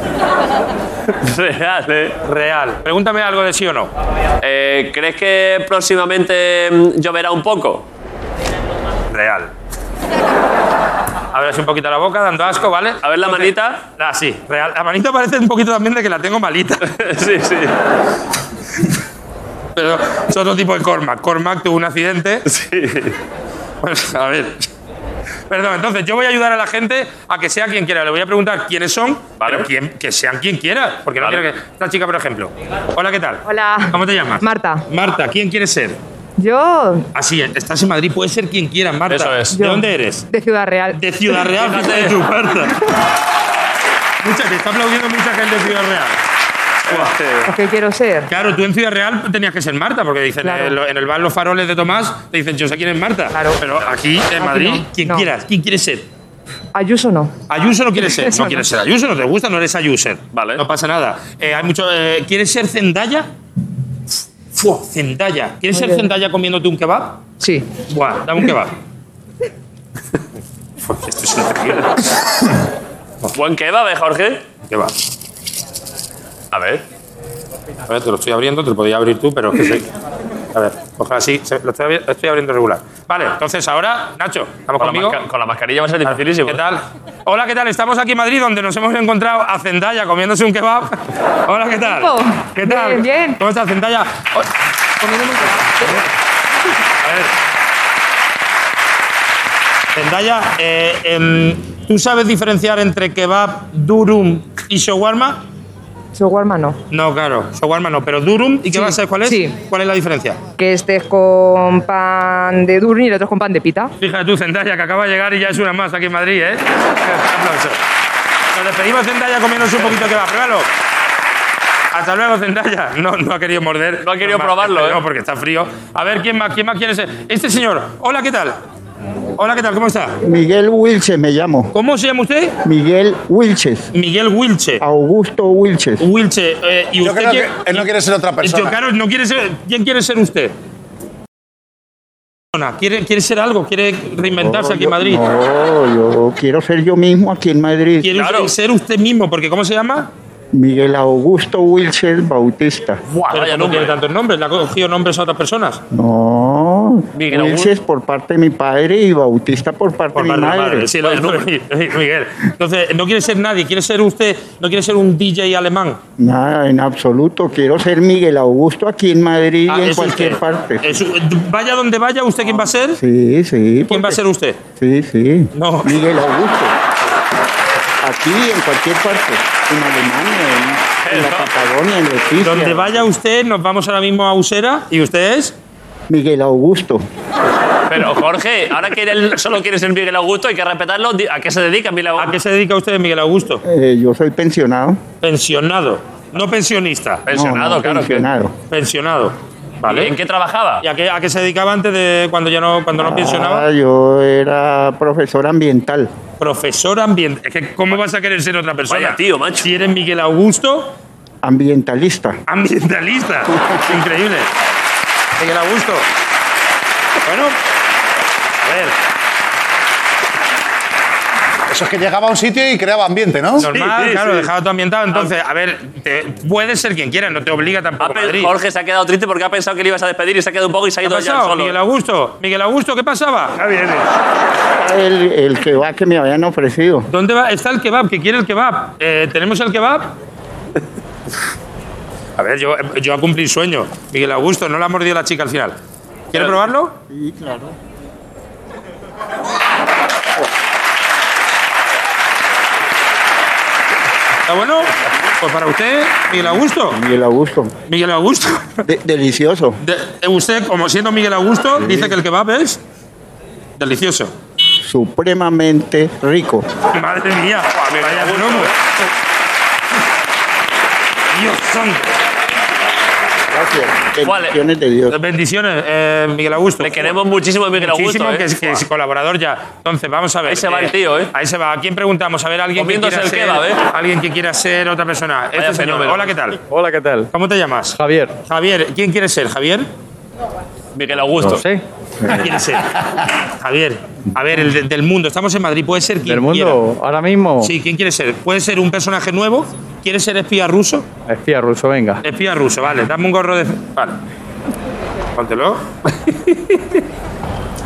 [SPEAKER 1] *laughs* Real, eh.
[SPEAKER 9] Real. Pregúntame algo de sí o no.
[SPEAKER 1] Eh, ¿Crees que próximamente mm, lloverá un poco?
[SPEAKER 9] Real. Abres un poquito la boca, dando asco, ¿vale?
[SPEAKER 1] A ver la
[SPEAKER 9] Entonces-
[SPEAKER 1] manita.
[SPEAKER 9] Ah, sí, real. La manita parece un poquito también de que la tengo malita.
[SPEAKER 1] *laughs* sí, sí.
[SPEAKER 9] Pero es otro tipo de Cormac. Cormac tuvo un accidente.
[SPEAKER 1] Sí.
[SPEAKER 9] Pues, a ver. Perdón, entonces yo voy a ayudar a la gente a que sea quien quiera. Le voy a preguntar quiénes son,
[SPEAKER 1] Vale.
[SPEAKER 9] pero quién- que sean quien quiera. Porque
[SPEAKER 1] Vale.
[SPEAKER 9] no quiero que. Esta chica, por ejemplo. Hola, ¿qué tal?
[SPEAKER 11] Hola.
[SPEAKER 9] ¿Cómo te llamas?
[SPEAKER 11] Marta.
[SPEAKER 9] Marta, ¿quién quieres ser?
[SPEAKER 11] Yo,
[SPEAKER 9] Así es, estás en Madrid, puedes ser quien quieras, Marta.
[SPEAKER 1] Eso es.
[SPEAKER 9] ¿De
[SPEAKER 11] Yo.
[SPEAKER 9] dónde eres?
[SPEAKER 11] de Ciudad Real.
[SPEAKER 9] De Ciudad Real, fíjate
[SPEAKER 11] *laughs*
[SPEAKER 9] de tu parte. Mucha, te está aplaudiendo mucha gente de Ciudad Real. Este,
[SPEAKER 11] ¿O ¿Qué quiero ser?
[SPEAKER 9] Claro, tú en Ciudad Real tenías que ser Marta, porque dicen
[SPEAKER 11] Claro.
[SPEAKER 9] eh, lo- en el bar Los Faroles de Tomás, te dicen, yo sé quién es Marta.
[SPEAKER 11] Claro.
[SPEAKER 9] Pero aquí en
[SPEAKER 11] Aquí
[SPEAKER 9] Madrid,
[SPEAKER 11] no.
[SPEAKER 9] quien
[SPEAKER 11] No.
[SPEAKER 9] quieras, quien quieres ser.
[SPEAKER 11] Ayuso
[SPEAKER 1] *laughs*
[SPEAKER 11] no.
[SPEAKER 9] Ayuso no quiere ser. No quieres ser Ayuso, no te gusta, no eres Ayuser.
[SPEAKER 1] Vale.
[SPEAKER 9] No pasa nada. Eh, hay mucho, eh, ¿Quieres ser Zendaya? Fua, Zendaya. ¿Quieres ser
[SPEAKER 11] bien.
[SPEAKER 9] Zendaya comiéndote un kebab?
[SPEAKER 11] Sí.
[SPEAKER 9] Buah, dame un kebab. Fua, Esto es increíble.
[SPEAKER 1] Buen kebab, ¿eh, Jorge?
[SPEAKER 9] Kebab.
[SPEAKER 1] A ver.
[SPEAKER 9] A ver, te lo estoy abriendo, te lo podía abrir tú, pero es que sí. A ver, ojalá así. se- Lo estoy, abri- lo estoy abriendo regular. Vale, entonces ahora, Nacho, ¿estamos
[SPEAKER 1] Con la,
[SPEAKER 9] conmigo?
[SPEAKER 1] masca- con la mascarilla va a ser dificilísimo.
[SPEAKER 9] ¿Qué tal? Hola, ¿qué tal? Estamos aquí en Madrid, donde nos hemos encontrado a Zendaya comiéndose un kebab. *laughs* Hola, ¿qué tal?
[SPEAKER 11] Guapo.
[SPEAKER 9] ¿Qué tal?
[SPEAKER 11] Bien, bien.
[SPEAKER 9] ¿Cómo estás, Zendaya? O- comiéndome un kebab. A ver. Zendaya, eh, em, ¿tú sabes diferenciar entre kebab, durum y shawarma?
[SPEAKER 11] Shawarma no.
[SPEAKER 9] No, claro, shawarma no, pero durum y kebab, ¿sabes cuál es?
[SPEAKER 11] sí.
[SPEAKER 9] ¿Cuál es la diferencia?
[SPEAKER 11] Que este es con pan de durni y el otro es con pan de pita.
[SPEAKER 9] Fíjate tú, Zendaya, que acaba de llegar y ya es una más aquí en Madrid, ¿eh? Un aplauso. Nos despedimos, Zendaya, comiéndose un poquito que va. Pruébalo. Hasta luego, Zendaya. No, no ha querido morder.
[SPEAKER 1] No ha querido probarlo, ¿eh?
[SPEAKER 9] No, porque está frío. A ver, ¿quién más, quién más quiere ser? Este señor. Hola, ¿qué tal? Hola, ¿qué tal? ¿Cómo está?
[SPEAKER 10] Miguel Wilches me llamo.
[SPEAKER 9] ¿Cómo se llama usted?
[SPEAKER 10] Miguel Wilches.
[SPEAKER 9] Miguel Wilche.
[SPEAKER 10] Augusto Wilches.
[SPEAKER 9] Wilche. eh, ¿Y
[SPEAKER 4] Yo
[SPEAKER 9] usted
[SPEAKER 4] creo que
[SPEAKER 9] quién-
[SPEAKER 4] él no quiere ser otra
[SPEAKER 9] Yo,
[SPEAKER 4] persona.
[SPEAKER 9] claro, no quiere ser. ¿Quién quiere ser usted? Persona. ¿Quiere, quiere ser algo? ¿Quiere reinventarse aquí en Madrid?
[SPEAKER 10] No, yo quiero ser yo mismo aquí en Madrid.
[SPEAKER 9] ¿Quiere usted
[SPEAKER 1] Claro.
[SPEAKER 9] ser usted mismo? Porque ¿cómo se llama?
[SPEAKER 10] Miguel Augusto Wilches Bautista.
[SPEAKER 1] Buah,
[SPEAKER 9] Pero
[SPEAKER 1] vaya
[SPEAKER 9] no tiene
[SPEAKER 1] nombre.
[SPEAKER 9] tantos nombres, le ha cogido nombres a otras personas.
[SPEAKER 10] No,
[SPEAKER 1] Miguel Augusto.
[SPEAKER 10] Wilches por parte de mi padre y Bautista por parte de
[SPEAKER 9] Por
[SPEAKER 10] mi
[SPEAKER 9] parte de la
[SPEAKER 10] madre.
[SPEAKER 9] madre, sí, lo
[SPEAKER 1] Vaya
[SPEAKER 9] dijo *laughs* Miguel. Entonces, no quiere ser nadie, quiere ser usted, no quiere ser un DJ alemán.
[SPEAKER 10] *laughs* Nada, en absoluto. Quiero ser Miguel Augusto aquí en Madrid
[SPEAKER 9] Ah,
[SPEAKER 10] y en
[SPEAKER 9] es
[SPEAKER 10] cualquier
[SPEAKER 9] usted.
[SPEAKER 10] parte.
[SPEAKER 9] Es u- vaya donde vaya, ¿usted quién va a ser?
[SPEAKER 10] Sí, sí.
[SPEAKER 9] ¿Quién va a
[SPEAKER 10] porque-
[SPEAKER 9] ser usted?
[SPEAKER 10] Sí, sí.
[SPEAKER 9] No.
[SPEAKER 10] Miguel Augusto. Aquí, en cualquier parte. En Alemania, en,
[SPEAKER 9] *laughs*
[SPEAKER 10] en la Patagonia, en Leticia.
[SPEAKER 9] Donde vaya usted, nos vamos ahora mismo a Usera. ¿Y usted es?
[SPEAKER 10] Miguel Augusto.
[SPEAKER 1] Pero, Jorge, ahora que él solo quiere ser Miguel Augusto, hay que respetarlo. Di- ¿A qué se dedica Miguel
[SPEAKER 9] ¿A
[SPEAKER 1] Augusto?
[SPEAKER 9] qué se dedica usted, Miguel Augusto?
[SPEAKER 10] Eh, yo soy pensionado.
[SPEAKER 9] Pensionado. No pensionista,
[SPEAKER 1] Pensionado,
[SPEAKER 10] No, no,
[SPEAKER 1] claro. que-
[SPEAKER 10] Pensionado.
[SPEAKER 9] pensionado. ¿Vale?
[SPEAKER 1] ¿En qué trabajaba?
[SPEAKER 9] ¿Y a qué, a qué se dedicaba antes de cuando ya no, cuando no pensionaba?
[SPEAKER 10] Ah, yo era profesor ambiental.
[SPEAKER 9] Profesor ambiente. Es que, ¿cómo vas a querer ser otra persona?
[SPEAKER 1] Vaya tío, macho.
[SPEAKER 9] Si eres Miguel
[SPEAKER 1] *laughs*
[SPEAKER 9] Augusto,
[SPEAKER 10] Ambientalista.
[SPEAKER 9] ambientalista. Increíble. Miguel Augusto. Bueno, a ver,
[SPEAKER 4] Eso es que llegaba a un sitio y creaba ambiente, ¿no?
[SPEAKER 9] normal,
[SPEAKER 1] Sí, sí, Ah.
[SPEAKER 9] claro,
[SPEAKER 1] sí.
[SPEAKER 9] dejado todo ambientado. Entonces, a ver, te- puedes ser quien quieras, no te obliga
[SPEAKER 1] Ha
[SPEAKER 9] tampoco
[SPEAKER 1] pe-
[SPEAKER 9] Madrid.
[SPEAKER 1] Jorge se ha quedado triste porque ha pensado que le ibas a despedir y se ha quedado un poco y se ha
[SPEAKER 9] ¿Qué ha
[SPEAKER 1] ido ya
[SPEAKER 9] pasado?
[SPEAKER 1] solo.
[SPEAKER 9] Miguel Augusto, Miguel Augusto, ¿qué pasaba?
[SPEAKER 8] Ya viene.
[SPEAKER 10] El, el que va que me habían ofrecido.
[SPEAKER 9] ¿Dónde va? Está el kebab, que quiere el kebab. Eh, ¿Tenemos el kebab? *laughs* A ver, yo, yo a cumplir sueño. Miguel Augusto, no la ha mordido la chica al final. ¿Quiere probarlo?
[SPEAKER 10] Sí, claro.
[SPEAKER 9] ¿Está bueno? Pues para usted, Miguel Augusto.
[SPEAKER 10] Miguel Augusto.
[SPEAKER 9] Miguel Augusto.
[SPEAKER 10] De- delicioso.
[SPEAKER 9] De- eh, usted, como siendo Miguel Augusto, dice que el kebab es delicioso.
[SPEAKER 10] Supremamente rico.
[SPEAKER 9] Madre mía. Vaya plomo. Dios santo.
[SPEAKER 10] Gracias.
[SPEAKER 1] ¿Cuál es?
[SPEAKER 10] Bendiciones de Dios.
[SPEAKER 9] Bendiciones, eh, Miguel Augusto.
[SPEAKER 1] Le queremos muchísimo a Miguel Augusto.
[SPEAKER 9] Muchísimo, que, es,
[SPEAKER 1] ¿eh?
[SPEAKER 9] que es colaborador ya. Entonces, vamos a ver.
[SPEAKER 1] Ahí se va el tío, ¿eh?
[SPEAKER 9] Ahí se va. ¿A quién preguntamos? A ver, alguien que
[SPEAKER 1] Comiéndose
[SPEAKER 9] quiera ser...
[SPEAKER 1] el kebab, ¿eh?
[SPEAKER 9] Alguien que quiera ser otra persona. Este señor.
[SPEAKER 1] fenómeno.
[SPEAKER 9] Hola, ¿qué tal?
[SPEAKER 12] Hola, ¿qué tal?
[SPEAKER 9] ¿Cómo te llamas?
[SPEAKER 12] Javier.
[SPEAKER 9] Javier. ¿Quién quiere ser? ¿Javier?
[SPEAKER 1] Miguel Augusto.
[SPEAKER 12] No sé.
[SPEAKER 9] ¿Quién es él? Javier, a ver, el de- del mundo. Estamos en Madrid, puede ser quien
[SPEAKER 12] ¿Del mundo? ¿Ahora mismo?
[SPEAKER 9] quiera. Sí, ¿quién quiere ser? ¿Puede ser un personaje nuevo? ¿Quiere ser espía ruso?
[SPEAKER 12] Espía ruso, venga.
[SPEAKER 9] Espía ruso, vale. Dame un gorro de... Vale. Póntelo. *laughs*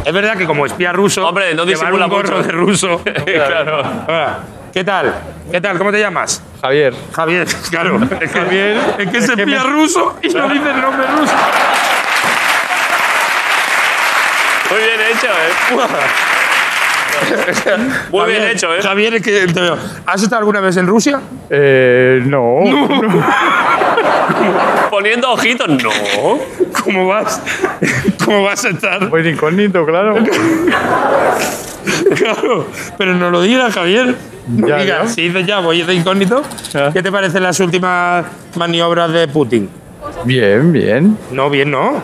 [SPEAKER 9] es verdad que como espía ruso...
[SPEAKER 1] Hombre, no
[SPEAKER 9] llevar
[SPEAKER 1] disimula
[SPEAKER 9] un gorro
[SPEAKER 1] mucho.
[SPEAKER 9] de ruso.
[SPEAKER 1] Claro.
[SPEAKER 9] Ahora, ¿Qué tal? ¿Qué tal? ¿Cómo te llamas?
[SPEAKER 12] Javier.
[SPEAKER 9] Javier, *laughs* claro. Es que,
[SPEAKER 12] Javier,
[SPEAKER 9] es que
[SPEAKER 12] es
[SPEAKER 9] se
[SPEAKER 12] que
[SPEAKER 9] espía
[SPEAKER 12] me-
[SPEAKER 9] ruso y no dice el nombre ruso.
[SPEAKER 1] Muy bien hecho, ¿eh? Muy bien hecho, ¿eh?
[SPEAKER 9] Javier, es que te veo. ¿Has estado alguna vez en Rusia?
[SPEAKER 12] Eh, no.
[SPEAKER 1] *laughs* Poniendo ojitos, no.
[SPEAKER 9] ¿Cómo vas? ¿Cómo vas a estar?
[SPEAKER 12] Voy de incógnito, claro.
[SPEAKER 9] *laughs* Claro, pero no lo digas, Javier. No
[SPEAKER 12] Ya,
[SPEAKER 9] digas,
[SPEAKER 12] ya.
[SPEAKER 9] si dices ya, voy de incógnito.
[SPEAKER 12] Ya.
[SPEAKER 9] ¿Qué te parecen las últimas maniobras de Putin?
[SPEAKER 12] Bien, bien.
[SPEAKER 9] No, bien, no.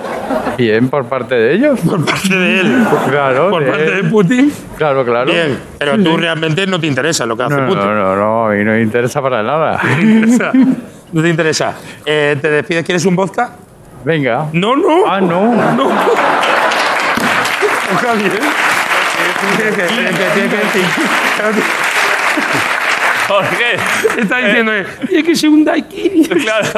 [SPEAKER 12] Bien, por parte de
[SPEAKER 9] *laughs*
[SPEAKER 12] ellos. Por parte de él. Claro.
[SPEAKER 9] Por parte
[SPEAKER 12] él.
[SPEAKER 9] de Putin.
[SPEAKER 12] Claro, claro.
[SPEAKER 9] Bien, pero tú
[SPEAKER 12] Sí.
[SPEAKER 9] realmente no te interesa lo que hace
[SPEAKER 12] No,
[SPEAKER 9] Putin.
[SPEAKER 12] no, no, no, y no me interesa para nada. *laughs*
[SPEAKER 9] interesa. No te interesa. Eh, ¿Te despides? ¿Quieres un vodka?
[SPEAKER 12] Venga.
[SPEAKER 9] No, no.
[SPEAKER 12] Ah,
[SPEAKER 1] *laughs*
[SPEAKER 12] no.
[SPEAKER 9] *laughs* No. Javier. Tienes que- tienes que- tienes que decir.
[SPEAKER 1] ¿Por qué?
[SPEAKER 9] Está diciendo, eh, es que se un daiquiri.
[SPEAKER 1] Claro,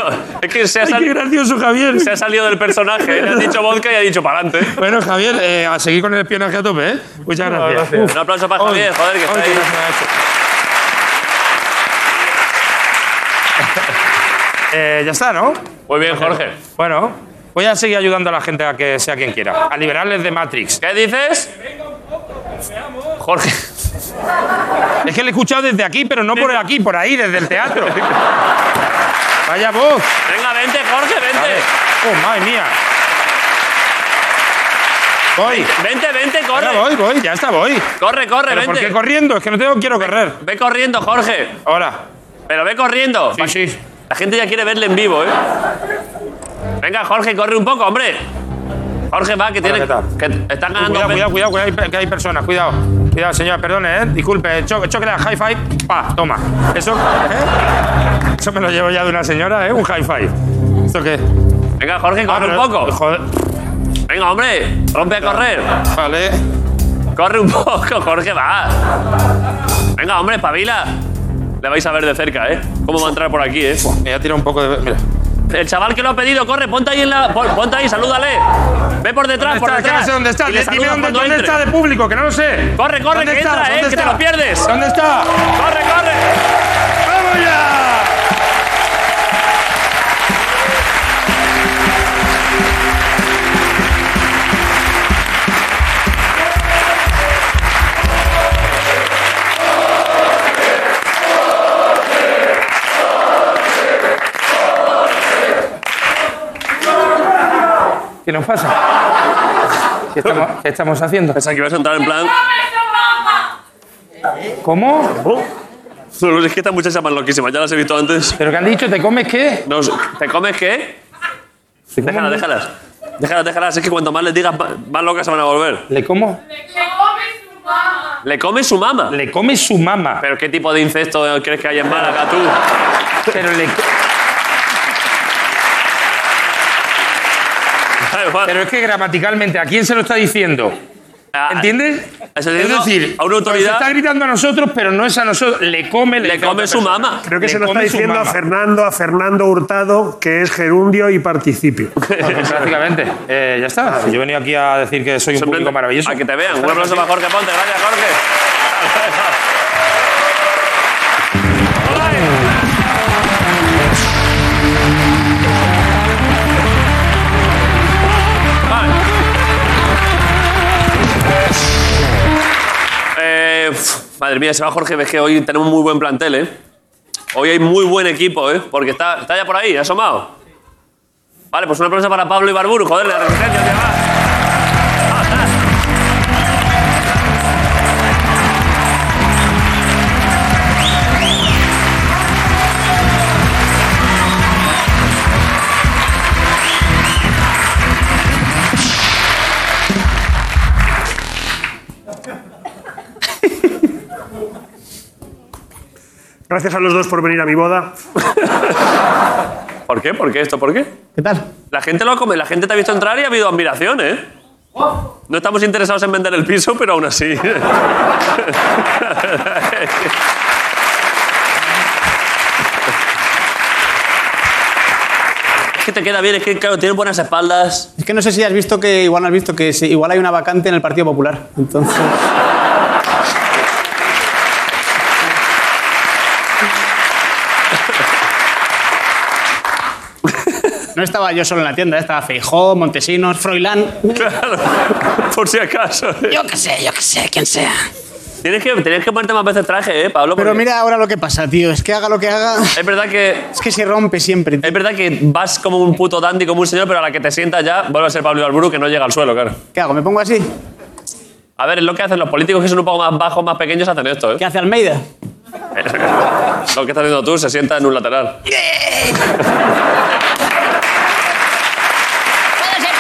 [SPEAKER 1] es que se ha,
[SPEAKER 9] Ay,
[SPEAKER 1] sal-
[SPEAKER 9] qué gracioso, Javier.
[SPEAKER 1] se ha salido del personaje. Le ha dicho vodka y ha dicho para adelante.
[SPEAKER 9] Bueno, Javier, eh, a seguir con el espionaje a tope, ¿eh? Muchas
[SPEAKER 1] No,
[SPEAKER 9] gracias.
[SPEAKER 1] gracias.
[SPEAKER 9] Uf.
[SPEAKER 1] Un aplauso para
[SPEAKER 9] Hoy,
[SPEAKER 1] Javier, joder, que
[SPEAKER 9] hoy
[SPEAKER 1] está ahí.
[SPEAKER 9] gracias a eso. Eh, ya está, ¿no?
[SPEAKER 1] Muy bien, Jorge.
[SPEAKER 9] Bueno, voy a seguir ayudando a la gente a que sea quien quiera, a liberarles de Matrix.
[SPEAKER 1] ¿Qué dices? Jorge.
[SPEAKER 9] *laughs* Es que le he escuchado desde aquí, pero no por aquí, por ahí, desde el teatro. Vaya voz.
[SPEAKER 1] Venga, vente, Jorge, vente.
[SPEAKER 9] Oh, madre mía. Voy.
[SPEAKER 1] Vente, vente, corre.
[SPEAKER 9] Ya voy, voy, ya está, voy.
[SPEAKER 1] Corre, corre,
[SPEAKER 9] ¿Pero por
[SPEAKER 1] vente.
[SPEAKER 9] qué corriendo? Es que no tengo, quiero correr.
[SPEAKER 1] Ve corriendo, Jorge.
[SPEAKER 9] Ahora.
[SPEAKER 1] Pero ve corriendo.
[SPEAKER 9] Sí, sí.
[SPEAKER 1] La gente ya quiere verle en vivo, ¿eh? Venga, Jorge, corre un poco, hombre. Jorge, va, que tiene.
[SPEAKER 9] ¿qué tal?
[SPEAKER 1] Que están ganando.
[SPEAKER 9] Cuidado, cuidado, cuidado, cuidado, que hay- que hay personas, cuidado. Cuidado, señor, perdone, ¿eh? Disculpe, cho chocolate, high five, pa, toma. Eso, ¿eh? Eso me lo llevo ya de una señora, ¿eh? Un high five. ¿Esto qué?
[SPEAKER 1] Venga, Jorge,
[SPEAKER 9] Ah,
[SPEAKER 1] corre un
[SPEAKER 9] pero-
[SPEAKER 1] poco.
[SPEAKER 9] Joder.
[SPEAKER 1] Venga, hombre, rompe a correr.
[SPEAKER 9] Vale.
[SPEAKER 1] Corre un *laughs* poco, Jorge, va. Venga, hombre, espabila. Le vais a ver de cerca, ¿eh? Cómo va a entrar por aquí, ¿eh?
[SPEAKER 9] Me voy a tirar un poco de. Mira.
[SPEAKER 1] El chaval que lo ha pedido, corre, ponte ahí en la. pon- Ponte ahí, salúdale. Ve por detrás, por
[SPEAKER 9] ¿Dónde está? Que
[SPEAKER 1] detrás.
[SPEAKER 9] no sé dónde está.
[SPEAKER 1] Y le
[SPEAKER 9] Dime
[SPEAKER 1] saludas
[SPEAKER 9] dónde,
[SPEAKER 1] cuando
[SPEAKER 9] dónde
[SPEAKER 1] entre.
[SPEAKER 9] está de público, que no lo sé.
[SPEAKER 1] Corre, corre,
[SPEAKER 9] ¿Dónde
[SPEAKER 1] que
[SPEAKER 9] está?
[SPEAKER 1] entra, eh,
[SPEAKER 9] ¿Dónde
[SPEAKER 1] que te
[SPEAKER 9] está?
[SPEAKER 1] lo pierdes.
[SPEAKER 9] ¿Dónde está?
[SPEAKER 1] Corre, corre.
[SPEAKER 9] ¡Vamos ya! ¿Qué nos pasa? ¿Qué estamos, qué estamos haciendo?
[SPEAKER 1] Pensaba que ibas a entrar en plan.
[SPEAKER 9] ¿Cómo?
[SPEAKER 1] Solo es que estas muchachas más loquísimas, ya las he visto antes.
[SPEAKER 9] ¿Pero qué han dicho? ¿Te comes qué?
[SPEAKER 1] No, ¿Te comes qué? Déjalas, déjalas. Déjalas, déjalas. Es que cuanto más les digas, ma- más locas se van a volver.
[SPEAKER 9] ¿Le como?
[SPEAKER 1] Le come su mama.
[SPEAKER 9] Le come su mamá.
[SPEAKER 1] ¿Pero qué tipo de incesto crees que hay en Málaga, tú?
[SPEAKER 9] Pero le...
[SPEAKER 1] Da igual.
[SPEAKER 9] Pero es que gramaticalmente, ¿a quién se lo está diciendo?
[SPEAKER 1] Ah,
[SPEAKER 9] ¿Entiendes?
[SPEAKER 1] Eso
[SPEAKER 9] es
[SPEAKER 1] digo,
[SPEAKER 9] decir,
[SPEAKER 1] a una autoridad-
[SPEAKER 9] nos está gritando a nosotros, pero no es a nosotros. Le come, le
[SPEAKER 1] Le
[SPEAKER 9] dice a
[SPEAKER 1] come
[SPEAKER 9] otra
[SPEAKER 1] su
[SPEAKER 9] persona.
[SPEAKER 1] mama.
[SPEAKER 8] Creo que
[SPEAKER 9] Le
[SPEAKER 8] se lo está
[SPEAKER 9] come su
[SPEAKER 8] diciendo a
[SPEAKER 9] mama.
[SPEAKER 8] Fernando, a Fernando Hurtado, que es gerundio y
[SPEAKER 1] *laughs*
[SPEAKER 8] participio.
[SPEAKER 9] *laughs* Prácticamente. Eh, ya está. Si Yo he venido aquí a decir que soy un
[SPEAKER 1] Sorprende-
[SPEAKER 9] público maravilloso.
[SPEAKER 1] A que te vean. Un aplauso para Jorge Ponte. Gracias, Jorge. Vale. Eh, pf, madre mía, se va Jorge. Ves que hoy tenemos muy buen plantel, ¿eh? Hoy hay muy buen equipo, ¿eh? Porque está, está ya por ahí, asomado. Vale, pues una aplauso para Pablo Ibarburu, joder, la resistencia, tío, va.
[SPEAKER 8] Gracias a los dos por venir a mi boda.
[SPEAKER 1] ¿Por qué? ¿Por qué esto? ¿Por qué?
[SPEAKER 10] ¿Qué tal?
[SPEAKER 1] La gente lo come, la gente te ha visto entrar y ha habido admiración, ¿eh? No estamos interesados en vender el piso, pero aún así. *laughs* es que te queda bien, es que claro, tienes buenas espaldas.
[SPEAKER 10] Es que no sé si has visto que igual has visto que sí, igual hay una vacante en el Partido Popular. Entonces. No estaba yo solo en la tienda, ¿eh? estaba Feijó, Montesinos, Froilán.
[SPEAKER 1] Claro, por si acaso.
[SPEAKER 10] Yo qué sé, yo qué sé, quién sea.
[SPEAKER 1] Tienes que, tienes que ponerte más veces traje, ¿eh, Pablo?
[SPEAKER 10] Pero
[SPEAKER 1] Porque
[SPEAKER 10] mira ahora lo que pasa, tío. Es que haga lo que haga.
[SPEAKER 1] Es verdad que
[SPEAKER 10] Es que se rompe siempre, tío.
[SPEAKER 1] Es verdad que vas como un puto dandy, como un señor, pero a la que te sientas ya vuelve a ser Pablo Alburu que no llega al suelo, claro.
[SPEAKER 10] ¿Qué hago? ¿Me pongo así?
[SPEAKER 1] A ver, es lo que hacen los políticos que son un poco más bajos, más pequeños, hacen esto, ¿eh?
[SPEAKER 10] ¿Qué hace Almeida?
[SPEAKER 1] *laughs* Lo que estás haciendo tú, se sienta en un lateral.
[SPEAKER 13] ¡Puedo ser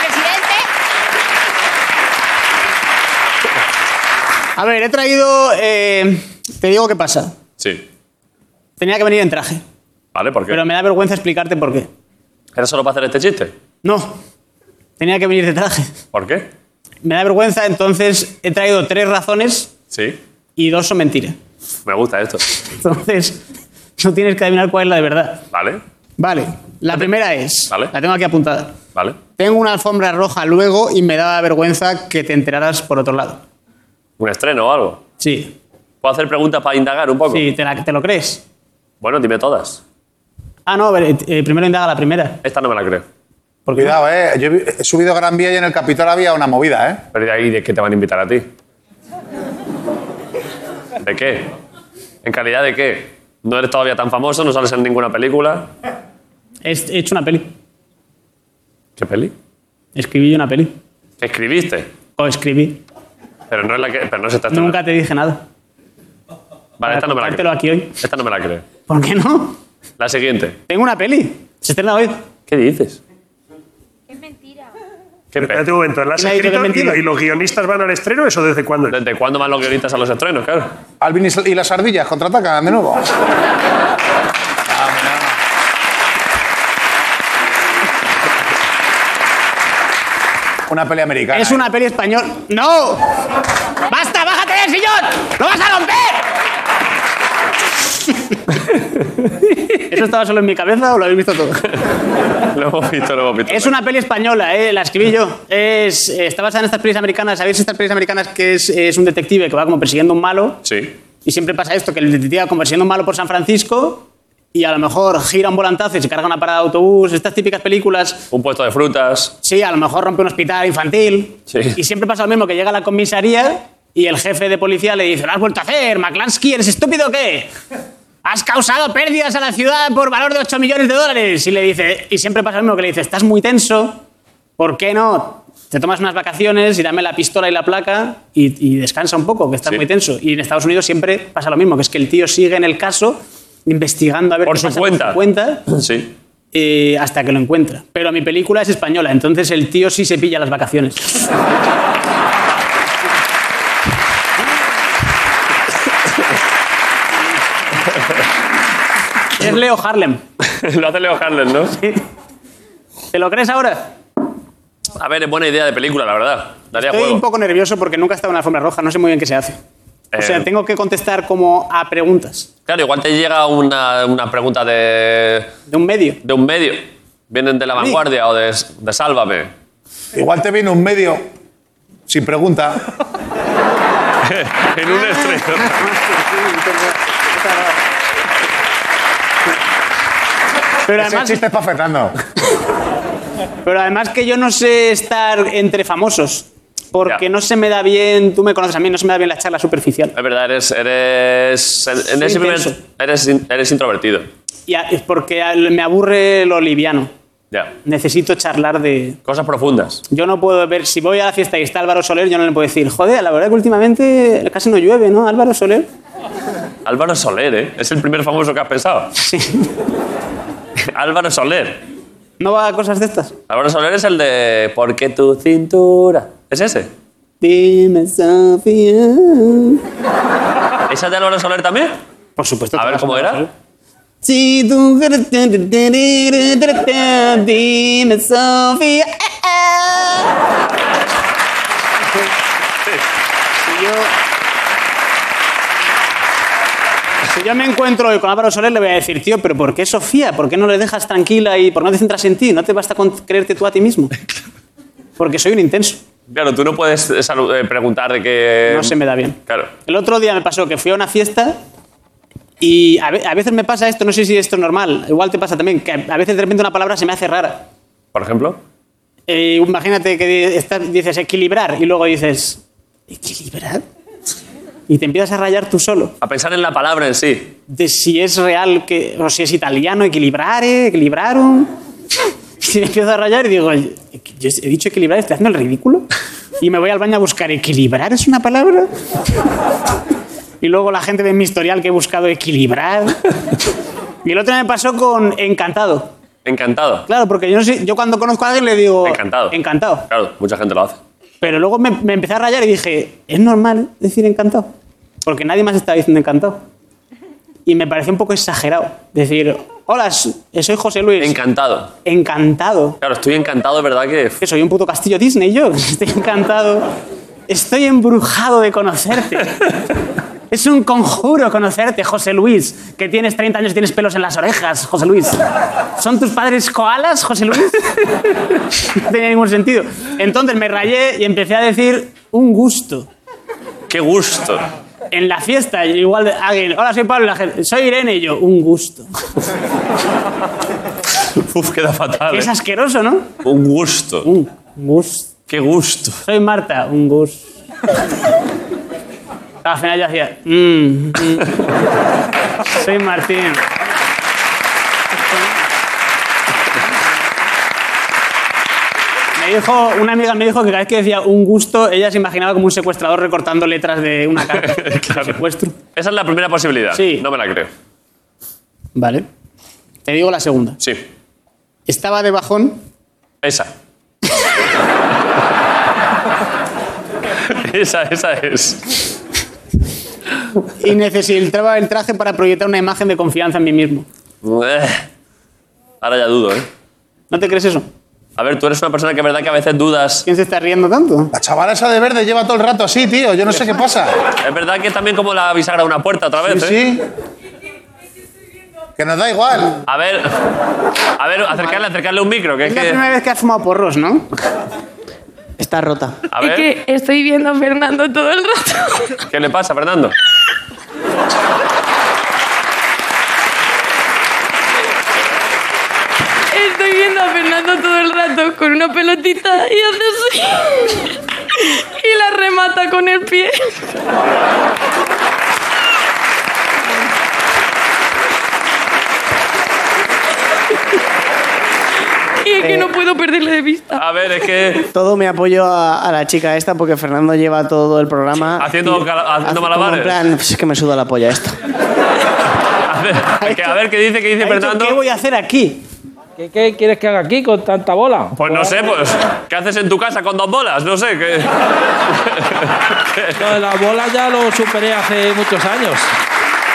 [SPEAKER 13] presidente!
[SPEAKER 6] A ver, he traído. eh, te digo qué pasa.
[SPEAKER 1] Sí.
[SPEAKER 6] Tenía que venir en traje.
[SPEAKER 1] ¿Vale? ¿Por qué?
[SPEAKER 6] Pero me da vergüenza explicarte por qué.
[SPEAKER 1] ¿Era solo para hacer este chiste?
[SPEAKER 6] No. Tenía que venir de traje.
[SPEAKER 1] ¿Por qué?
[SPEAKER 6] Me da vergüenza, entonces he traído tres razones
[SPEAKER 1] Sí.
[SPEAKER 6] y dos son mentiras.
[SPEAKER 1] Me gusta esto.
[SPEAKER 6] Entonces, no tienes que adivinar cuál es la de verdad.
[SPEAKER 1] ¿Vale?
[SPEAKER 6] Vale, la primera es. La tengo aquí apuntada.
[SPEAKER 1] ¿Vale?
[SPEAKER 6] Tengo una alfombra roja luego y me daba vergüenza que te enteraras por otro lado.
[SPEAKER 1] ¿Un estreno o algo?
[SPEAKER 6] Sí.
[SPEAKER 1] ¿Puedo hacer preguntas para indagar un poco?
[SPEAKER 6] Sí, ¿te, la- te lo crees?
[SPEAKER 1] Bueno, dime todas.
[SPEAKER 6] Ah, no, a ver, eh, primero indaga la primera.
[SPEAKER 1] Esta no me la creo.
[SPEAKER 4] Cuidado, eh. Yo he he subido a Gran Vía y en el Capitol había una movida, eh.
[SPEAKER 1] Pero de ahí, ¿de qué te van a invitar a ti? ¿De qué? ¿En calidad de qué? No eres todavía tan famoso, no sales en ninguna película.
[SPEAKER 6] He he hecho una peli.
[SPEAKER 1] ¿Qué peli?
[SPEAKER 6] Escribí yo una peli.
[SPEAKER 1] ¿Qué escribiste?
[SPEAKER 6] O escribí.
[SPEAKER 1] Pero no es la que. Pero no
[SPEAKER 4] Pues
[SPEAKER 1] se está estrenando.
[SPEAKER 6] Nunca te dije nada.
[SPEAKER 1] Vale, esta no me la
[SPEAKER 6] contártelo
[SPEAKER 1] creo.
[SPEAKER 6] aquí hoy.
[SPEAKER 1] Esta no me la creo.
[SPEAKER 6] ¿Por qué no?
[SPEAKER 1] La siguiente.
[SPEAKER 6] Tengo una peli. Se estrena hoy.
[SPEAKER 1] ¿Qué dices? ¿Qué
[SPEAKER 8] Espérate un momento, ¿la has
[SPEAKER 6] Me ha dicho que
[SPEAKER 8] escrito
[SPEAKER 6] es
[SPEAKER 8] y,
[SPEAKER 6] mentira.
[SPEAKER 8] lo- y los guionistas van al estreno? ¿Eso desde cuándo?
[SPEAKER 1] ¿Desde cuándo van los guionistas a los estrenos? Claro.
[SPEAKER 4] Alvin y s- y las ardillas contraatacan de nuevo. Una pelea americana. eh.
[SPEAKER 6] Es una peli española. ¡No! ¡Basta! ¡Bájate del sillón! ¡Lo vas a romper! ¿Eso estaba solo en mi cabeza o lo habéis visto todo?
[SPEAKER 1] *laughs* Lo hemos visto, lo hemos visto.
[SPEAKER 6] Es una peli española, eh, la escribí yo. Es, eh, está basada en estas pelis americanas. ¿Sabéis estas pelis americanas que es, es un detective que va como persiguiendo a un malo?
[SPEAKER 1] Sí.
[SPEAKER 6] Y siempre pasa esto, que el detective va como persiguiendo a un malo por San Francisco y a lo mejor gira un volantazo y se carga una parada de autobús. Estas típicas películas
[SPEAKER 1] Un puesto de frutas.
[SPEAKER 6] Sí, a lo mejor rompe un hospital infantil.
[SPEAKER 1] Sí.
[SPEAKER 6] Y siempre pasa lo mismo, que llega a la comisaría y el jefe de policía le dice, lo has vuelto a hacer, McClansky, ¿eres estúpido o qué? Has causado pérdidas a la ciudad por valor de 8 millones de dólares. Y le dice, y siempre pasa lo mismo, que le dice, estás muy tenso, ¿por qué no? Te tomas unas vacaciones y dame la pistola y la placa y, y descansa un poco, que estás muy tenso. Y en Estados Unidos siempre pasa lo mismo, que es que el tío sigue en el caso investigando a ver
[SPEAKER 1] Por
[SPEAKER 6] qué
[SPEAKER 1] su
[SPEAKER 6] pasa
[SPEAKER 1] cuenta.
[SPEAKER 6] por su cuenta
[SPEAKER 1] Sí.
[SPEAKER 6] eh, hasta que lo encuentra. Pero mi película es española, entonces el tío sí se pilla las
[SPEAKER 1] *laughs*
[SPEAKER 6] vacaciones. es Leo Harlem.
[SPEAKER 1] *laughs* lo hace Leo Harlan, ¿no?
[SPEAKER 6] ¿Te lo crees ahora?
[SPEAKER 1] A ver, es buena idea de película, la verdad. Daría
[SPEAKER 6] Estoy
[SPEAKER 1] juego.
[SPEAKER 6] un poco nervioso porque nunca he estado en una alfombra roja, no sé muy bien qué se hace. O
[SPEAKER 1] Eh.
[SPEAKER 6] sea, tengo que contestar como a preguntas
[SPEAKER 1] Claro, igual te llega una, una pregunta de,
[SPEAKER 6] de un medio.
[SPEAKER 1] de un medio. Vienen de la
[SPEAKER 4] mí?
[SPEAKER 1] vanguardia o de, de Sálvame.
[SPEAKER 4] Igual te viene un medio sin
[SPEAKER 1] *laughs*
[SPEAKER 4] pregunta.
[SPEAKER 1] en un
[SPEAKER 11] *laughs*
[SPEAKER 1] estreno.
[SPEAKER 6] Pero
[SPEAKER 4] Ese
[SPEAKER 6] además,
[SPEAKER 4] chiste es pa' Fernando.
[SPEAKER 6] pero además que yo no sé estar entre famosos. Porque no se me da bien, tú me conoces a mí, no se me da bien la charla superficial.
[SPEAKER 1] Es verdad, eres. Eres, en- en
[SPEAKER 6] Soy
[SPEAKER 1] ese momento
[SPEAKER 6] intenso.
[SPEAKER 1] eres, in- eres introvertido.
[SPEAKER 6] Y a- es porque al- me aburre lo liviano.
[SPEAKER 1] Ya.
[SPEAKER 6] Necesito charlar de...
[SPEAKER 1] Cosas profundas.
[SPEAKER 6] Yo no puedo ver... Si voy a la fiesta y está Álvaro Soler, yo no le puedo decir, joder, la verdad que últimamente casi no llueve, ¿no? Álvaro Soler.
[SPEAKER 1] Álvaro Soler, ¿eh? Es el primer famoso que has pensado.
[SPEAKER 6] Sí.
[SPEAKER 1] *laughs* Álvaro Soler.
[SPEAKER 6] ¿No va a cosas de estas?
[SPEAKER 1] Álvaro Soler es el de. ¿Por qué tu cintura? ¿Es ese?
[SPEAKER 6] Dime, Sofía.
[SPEAKER 1] ¿Esa es de Álvaro Soler también?
[SPEAKER 6] Por supuesto.
[SPEAKER 1] A ver cómo era.
[SPEAKER 6] Si tú... Dime, Sofía. Si yo... Si yo me encuentro hoy con Álvaro Soler, le voy a decir, tío, pero ¿por qué Sofía? ¿Por qué no le dejas tranquila y por qué no te centras en ti? ¿No te basta con creerte tú a ti mismo? Porque soy un intenso.
[SPEAKER 1] Claro, tú no puedes eh, salu- eh, preguntar de qué.
[SPEAKER 6] No se me da bien.
[SPEAKER 1] Claro.
[SPEAKER 6] El otro día me pasó que fui a una fiesta y a, ve- a veces me pasa esto, no sé si esto es normal, igual te pasa también, que a veces de repente una palabra se me hace rara.
[SPEAKER 1] Por ejemplo.
[SPEAKER 6] Eh, imagínate que di- estás- dices equilibrar y luego dices, ¿equilibrar? Y te empiezas a rayar tú solo.
[SPEAKER 1] A pensar en la palabra en sí.
[SPEAKER 6] de si es real que, o si es italiano, equilibrare, equilibraron. *laughs* Y me empiezo a rayar y digo, "Oye, yo he dicho equilibrar, estoy haciendo el ridículo. Y me voy al baño a buscar, ¿equilibrar es una palabra? *laughs* Y luego la gente ve mi historial que he buscado equilibrar. Y el otro día me pasó con encantado.
[SPEAKER 1] Encantado.
[SPEAKER 6] Claro, porque yo, no sé- yo cuando conozco a alguien le digo...
[SPEAKER 1] Encantado.
[SPEAKER 6] Encantado.
[SPEAKER 1] Claro, mucha gente lo hace.
[SPEAKER 6] Pero luego me, me empecé a rayar y dije, es normal decir encantado. Porque nadie más estaba diciendo encantado. Y me pareció un poco exagerado decir, hola, s- soy José Luis.
[SPEAKER 1] Encantado.
[SPEAKER 6] Encantado.
[SPEAKER 1] Claro, estoy encantado, es verdad que.
[SPEAKER 6] Que soy un puto castillo Disney yo. *laughs* Estoy encantado. Estoy embrujado de conocerte. Es un conjuro conocerte, José Luis. Que tienes 30 años y tienes pelos en las orejas, José Luis. ¿Son tus padres koalas, José Luis? No tenía ningún sentido. Entonces me rayé y empecé a decir un gusto.
[SPEAKER 1] ¡Qué gusto! *laughs*
[SPEAKER 6] En la fiesta, igual de- alguien, hola, soy Pablo, y la gente, soy Irene y yo, un gusto.
[SPEAKER 1] Uf, queda fatal.
[SPEAKER 6] Es
[SPEAKER 1] ¿eh?
[SPEAKER 6] asqueroso, ¿no?
[SPEAKER 1] Un gusto.
[SPEAKER 6] Uh, Un gusto.
[SPEAKER 1] ¡Qué gusto!
[SPEAKER 6] Soy Marta, un
[SPEAKER 1] *laughs*
[SPEAKER 6] gusto. Al final yo hacía, mm, mm. soy Martín. Me dijo, una amiga me dijo que cada vez que decía un gusto, ella se imaginaba como un secuestrador recortando letras de una
[SPEAKER 1] *laughs*
[SPEAKER 6] carta. Secuestro.
[SPEAKER 1] Esa es la primera posibilidad.
[SPEAKER 6] Sí.
[SPEAKER 1] No me la creo.
[SPEAKER 6] Vale. Te digo la segunda.
[SPEAKER 1] Sí.
[SPEAKER 6] Estaba de bajón.
[SPEAKER 1] Esa. *laughs* esa, esa es.
[SPEAKER 6] y necesitaba el traje para proyectar una imagen de confianza en mí mismo.
[SPEAKER 1] Eh. Ahora ya dudo, ¿eh?
[SPEAKER 6] ¿No te crees eso?
[SPEAKER 1] A ver, tú eres una persona que es verdad que a veces dudas.
[SPEAKER 6] ¿Quién se está riendo tanto?
[SPEAKER 4] La chavala esa de verde lleva todo el rato así, tío. Yo no sé qué pasa.
[SPEAKER 1] Es verdad que también como la bisagra de una puerta otra vez, ¿eh?
[SPEAKER 4] Sí. Que nos da igual.
[SPEAKER 1] A ver, a ver, acercarle, acercarle un micro, que es
[SPEAKER 6] Es la
[SPEAKER 1] que...
[SPEAKER 6] primera vez que has fumado porros, ¿no? Está rota.
[SPEAKER 1] A
[SPEAKER 11] Es
[SPEAKER 1] ver,
[SPEAKER 11] que estoy viendo a Fernando todo el
[SPEAKER 1] *laughs*
[SPEAKER 11] rato.
[SPEAKER 1] ¿qué le pasa, Fernando?
[SPEAKER 11] Estoy viendo a Fernando todo el rato con una pelotita y hace así. Y la remata con el pie. Y es
[SPEAKER 4] Eh,
[SPEAKER 11] que no puedo perderle de vista.
[SPEAKER 1] A ver, es que
[SPEAKER 13] Todo me apoyo a, a la chica esta porque Fernando lleva todo el programa.
[SPEAKER 1] haciendo, cala-
[SPEAKER 13] Hace
[SPEAKER 1] haciendo
[SPEAKER 13] como En
[SPEAKER 1] malabares.
[SPEAKER 13] plan, "Pues es que me suda la polla esto.
[SPEAKER 1] A ver, que- a ver, ¿qué dice, qué dice Fernando?
[SPEAKER 6] ¿Qué voy a hacer aquí?
[SPEAKER 7] ¿Qué, qué quieres que haga aquí con tanta bola?
[SPEAKER 1] Pues no sé, pues, ¿qué haces en tu casa con dos bolas? No sé, que...
[SPEAKER 7] Lo de las bolas ya lo superé hace muchos años.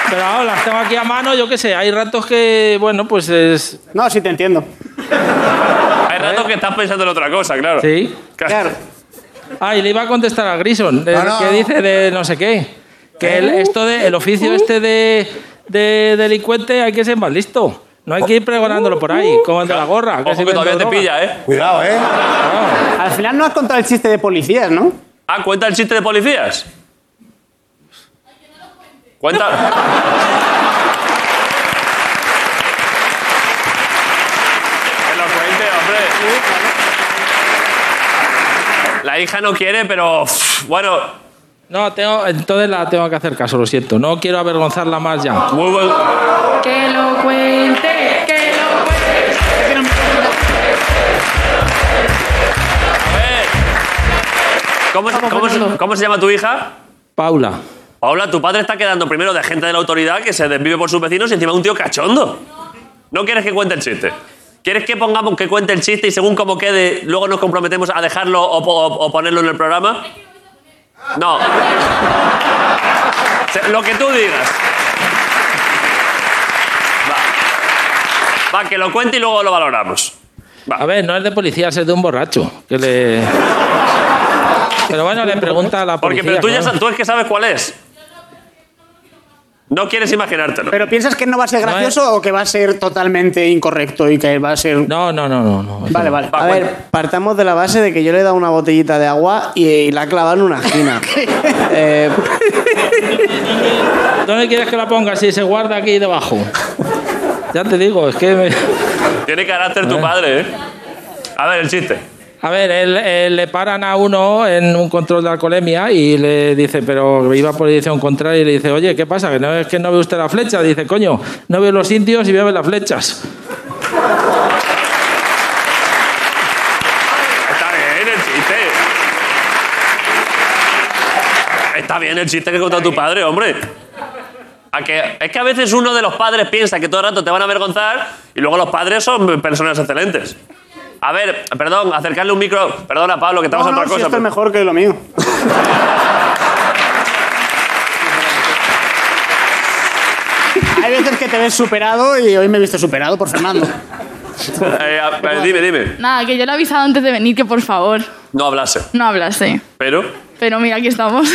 [SPEAKER 7] Pero ahora las tengo aquí a mano, yo qué sé. Hay ratos que, bueno, pues es.
[SPEAKER 6] No, sí te entiendo.
[SPEAKER 1] Hay ratos que estás pensando en otra cosa, claro.
[SPEAKER 7] Sí.
[SPEAKER 1] Claro.
[SPEAKER 7] Ah, y le iba a contestar a Grison, de-
[SPEAKER 4] No, no.
[SPEAKER 7] que dice de no sé qué. Que el, esto de, el oficio este de, de delincuente hay que ser más listo. No hay que ir pregonándolo por ahí, como el de la gorra.
[SPEAKER 1] Ojo
[SPEAKER 7] se
[SPEAKER 1] que
[SPEAKER 7] vende
[SPEAKER 1] todavía te
[SPEAKER 7] droga.
[SPEAKER 1] pilla, ¿eh?
[SPEAKER 4] Cuidado, ¿eh?
[SPEAKER 6] Al final no has contado el chiste de policías, ¿no?
[SPEAKER 1] Ah, ¿cuenta el chiste de policías? Cuenta... Que lo cuente, hombre. La hija no quiere, pero... pff, Bueno,
[SPEAKER 7] No, tengo, entonces la tengo que hacer caso, lo siento. No quiero avergonzarla más ya.
[SPEAKER 1] muy buen...
[SPEAKER 11] Que lo cuente, que lo cuente.
[SPEAKER 1] ¿Cómo, cómo se- cómo se llama tu hija?
[SPEAKER 7] Paula.
[SPEAKER 1] Paula, tu padre está quedando primero de gente de la autoridad que se desvive por sus vecinos y encima un tío cachondo. No quieres que cuente el chiste. ¿Quieres que pongamos que cuente el chiste y según cómo quede, luego nos comprometemos a dejarlo o, po- o- o ponerlo en el programa? No. Se- Lo que tú digas. Va. Va, que lo cuente y luego lo valoramos.
[SPEAKER 7] A ver, no es de policía, es de un borracho. Que le... Pero bueno, le pregunta a la
[SPEAKER 1] Porque
[SPEAKER 7] policía.
[SPEAKER 1] pero tú, ya,
[SPEAKER 7] claro.
[SPEAKER 1] sa- tú es que sabes cuál es. No quieres imaginártelo.
[SPEAKER 6] Pero piensas que no va a ser
[SPEAKER 1] eh.
[SPEAKER 7] No,
[SPEAKER 6] gracioso o que va a ser totalmente incorrecto y que va a ser.
[SPEAKER 7] No, no, no, no. no.
[SPEAKER 6] Vale, vale.
[SPEAKER 13] A ver, partamos de la base de que yo le he dado una botellita de agua y, y la he clavado en una
[SPEAKER 6] *laughs*
[SPEAKER 13] esquina. Eh,
[SPEAKER 7] ¿Dónde quieres que la ponga si se guarda aquí debajo? Ya te digo, es que... me-
[SPEAKER 1] Tiene carácter tu padre, ¿eh? A ver, el chiste.
[SPEAKER 7] A ver, él- él- le paran a uno en un control de alcoholemia y le dice, pero iba por dirección contraria y le dice, oye, ¿qué pasa? ¿Que no, es que no ve usted la flecha? Dice, coño, no veo los indios y veo las flechas.
[SPEAKER 1] Está bien el chiste. Está bien el chiste que contó tu padre, hombre. A que, es que a veces uno de los padres piensa que todo el rato te van a avergonzar y luego los padres son personas excelentes. A ver, perdón, acercarle un micro. Perdona, Pablo, que estamos
[SPEAKER 13] No,
[SPEAKER 1] en
[SPEAKER 13] no,
[SPEAKER 1] otra
[SPEAKER 13] si
[SPEAKER 1] cosa.
[SPEAKER 13] esto es mejor que lo mío.
[SPEAKER 6] Hay veces que te ves superado y hoy me he visto superado por Fernando.
[SPEAKER 1] Eh, a- eh, dime, dime.
[SPEAKER 11] Nada, que yo le he avisado antes de venir que por favor
[SPEAKER 1] No hablase.
[SPEAKER 11] no hablase.
[SPEAKER 1] Pero
[SPEAKER 11] Pero mira, aquí estamos.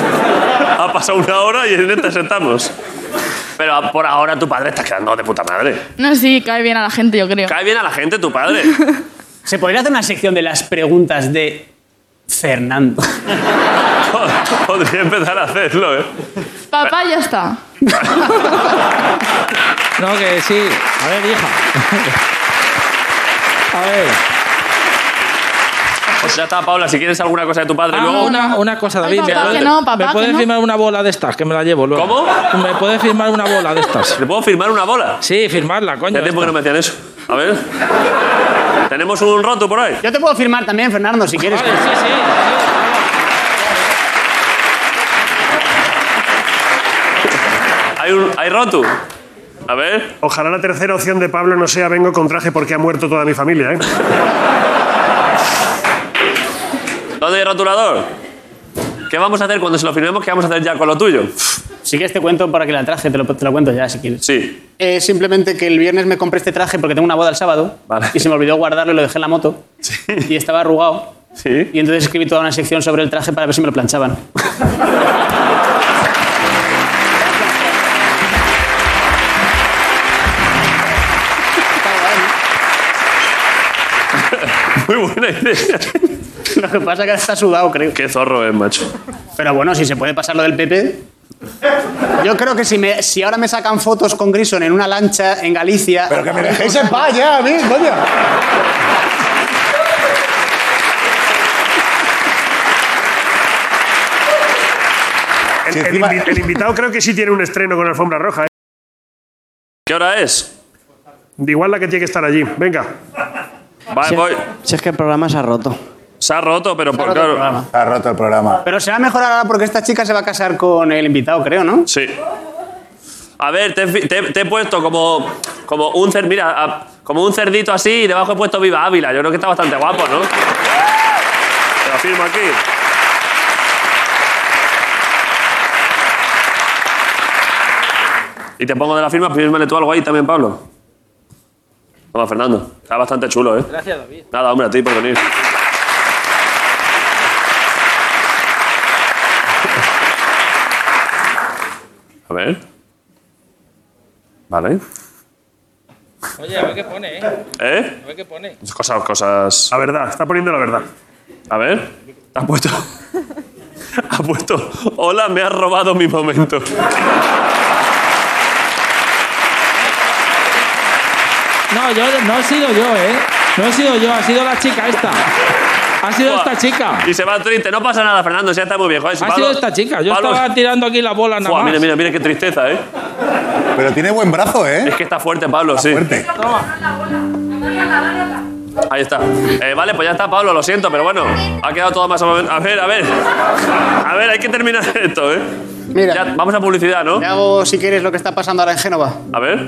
[SPEAKER 11] *laughs*
[SPEAKER 1] ha pasado una hora y en esta sentamos. Pero a- por ahora tu padre está quedando de puta madre.
[SPEAKER 11] No, sí, cae bien a la gente, yo creo.
[SPEAKER 1] Cae bien a la gente tu padre.
[SPEAKER 6] ¿Se podría hacer una sección de las preguntas de
[SPEAKER 1] *laughs*
[SPEAKER 6] Fernando?
[SPEAKER 1] Podría empezar a hacerlo, ¿eh?
[SPEAKER 11] Papá, ya está.
[SPEAKER 7] No, que sí. A ver, hija. *laughs* A ver.
[SPEAKER 1] Pues ya está, Paula, si quieres alguna cosa de tu padre
[SPEAKER 7] Ah,
[SPEAKER 1] luego.
[SPEAKER 7] una, una cosa, David.
[SPEAKER 11] papá, que no, papá,
[SPEAKER 7] ¿Me puedes
[SPEAKER 11] que no.
[SPEAKER 7] firmar una bola de estas? Que me la llevo luego.
[SPEAKER 1] ¿Cómo?
[SPEAKER 7] ¿Me puedes firmar una bola de estas?
[SPEAKER 1] ¿Te puedo firmar una bola?
[SPEAKER 7] Sí, firmarla, coño.
[SPEAKER 1] Hace tiempo que no me hacían eso. A ver. ¿Tenemos un roto por ahí?
[SPEAKER 6] Yo te puedo firmar también, Fernando, si quieres.
[SPEAKER 7] Vale, sí, sí.
[SPEAKER 1] Hay, un, hay roto. A ver.
[SPEAKER 8] Ojalá la tercera opción de Pablo no sea vengo con traje porque ha muerto toda mi familia, ¿eh?
[SPEAKER 1] ¿Dónde hay rotulador? ¿Qué vamos a hacer cuando se lo firmemos? ¿Qué vamos a hacer ya con lo tuyo?
[SPEAKER 6] Si quieres te cuento para que este la traje, te lo, te lo cuento ya si quieres.
[SPEAKER 1] Sí.
[SPEAKER 6] Eh, simplemente que el viernes me compré este traje porque tengo una boda el sábado y se me olvidó guardarlo y lo dejé en la moto y estaba arrugado.
[SPEAKER 1] Sí.
[SPEAKER 6] Y entonces escribí toda una sección sobre el traje para ver si me lo planchaban.
[SPEAKER 1] *laughs* Muy buena idea.
[SPEAKER 6] *laughs* lo que pasa es que está sudado, creo.
[SPEAKER 1] Qué zorro es, macho.
[SPEAKER 6] Pero bueno, si se puede pasar lo del PP. Yo creo que si, me, si ahora me sacan fotos con Grison en una lancha en Galicia. Pero que me
[SPEAKER 4] dejéis en paz ya, a mí, coño.
[SPEAKER 8] El, el invi- el invitado creo que sí tiene un estreno con alfombra roja, ¿eh?
[SPEAKER 1] ¿Qué hora es?
[SPEAKER 8] De Igual la que tiene que estar allí. Venga.
[SPEAKER 1] Vale, voy.
[SPEAKER 13] Si es que el programa se ha roto.
[SPEAKER 1] Se ha roto, pero por
[SPEAKER 6] roto el
[SPEAKER 1] claro.
[SPEAKER 6] programa.
[SPEAKER 4] Ha roto el programa.
[SPEAKER 6] Pero se va a mejorar ahora porque esta chica se va a casar con el invitado, creo, ¿no?
[SPEAKER 1] Sí. A ver, te, he fi- te- te he puesto como, como un cer, mira, a- como un cerdito así y debajo he puesto Viva Ávila. Yo creo que está bastante guapo, ¿no? Te lo firmo aquí. Y te pongo de la firma, fírmale tú algo ahí también, Pablo. Toma, Fernando. Está bastante chulo, ¿eh?
[SPEAKER 7] Gracias, David.
[SPEAKER 1] Nada, hombre, a ti por venir. A ver. Vale. *laughs*
[SPEAKER 7] Oye, a ver qué pone, ¿eh?
[SPEAKER 1] ¿Eh?
[SPEAKER 7] A ver qué pone.
[SPEAKER 1] Cosas, cosas.
[SPEAKER 8] La verdad, está poniendo la verdad.
[SPEAKER 1] A ver. Has puesto. *laughs* Has puesto. Hola, me has robado mi momento.
[SPEAKER 7] No, yo no he sido yo, ¿eh? No he sido yo, ha sido la chica esta. Ha sido esta chica.
[SPEAKER 1] Y se va triste. No pasa nada, Fernando. si Ya está muy bien. Joder, si
[SPEAKER 7] Ha
[SPEAKER 1] Pablo-
[SPEAKER 7] sido esta chica. Yo
[SPEAKER 1] Pablo-
[SPEAKER 7] estaba tirando aquí la bola nada
[SPEAKER 1] Buah,
[SPEAKER 7] más.
[SPEAKER 1] mira, mira, mira qué tristeza, ¿eh?
[SPEAKER 4] Pero tiene buen brazo, ¿eh?
[SPEAKER 1] Es que está fuerte, Pablo, sí.
[SPEAKER 4] Fuerte.
[SPEAKER 1] Ahí está. Eh, vale, pues ya está, Pablo, lo siento, pero bueno, ha quedado todo más o menos. A ver, a ver. A ver, hay que terminar *laughs* esto, ¿eh?
[SPEAKER 6] Mira.
[SPEAKER 1] Ya, vamos a publicidad, ¿no?
[SPEAKER 6] Te hago, si quieres, lo que está pasando ahora en Génova.
[SPEAKER 1] A ver.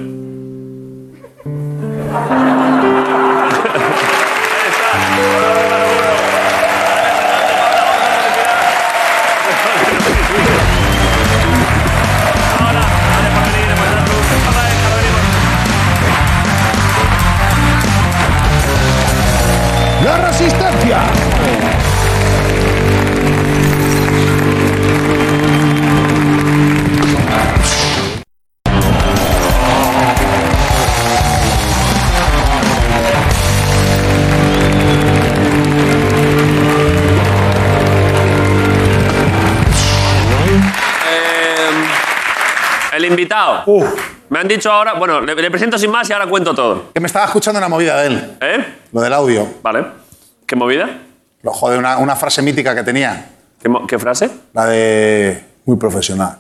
[SPEAKER 14] La resistencia.
[SPEAKER 1] Eh, el invitado. Me han dicho ahora. Bueno, le, le presento sin más y ahora cuento todo.
[SPEAKER 4] Que me estaba escuchando una movida de él,
[SPEAKER 1] ¿Eh?
[SPEAKER 4] lo del audio.
[SPEAKER 1] Vale. ¿Qué movida?
[SPEAKER 4] Lo jode, una, una frase mítica que tenía.
[SPEAKER 1] ¿Qué, mo- qué frase?
[SPEAKER 4] La de. Muy profesional.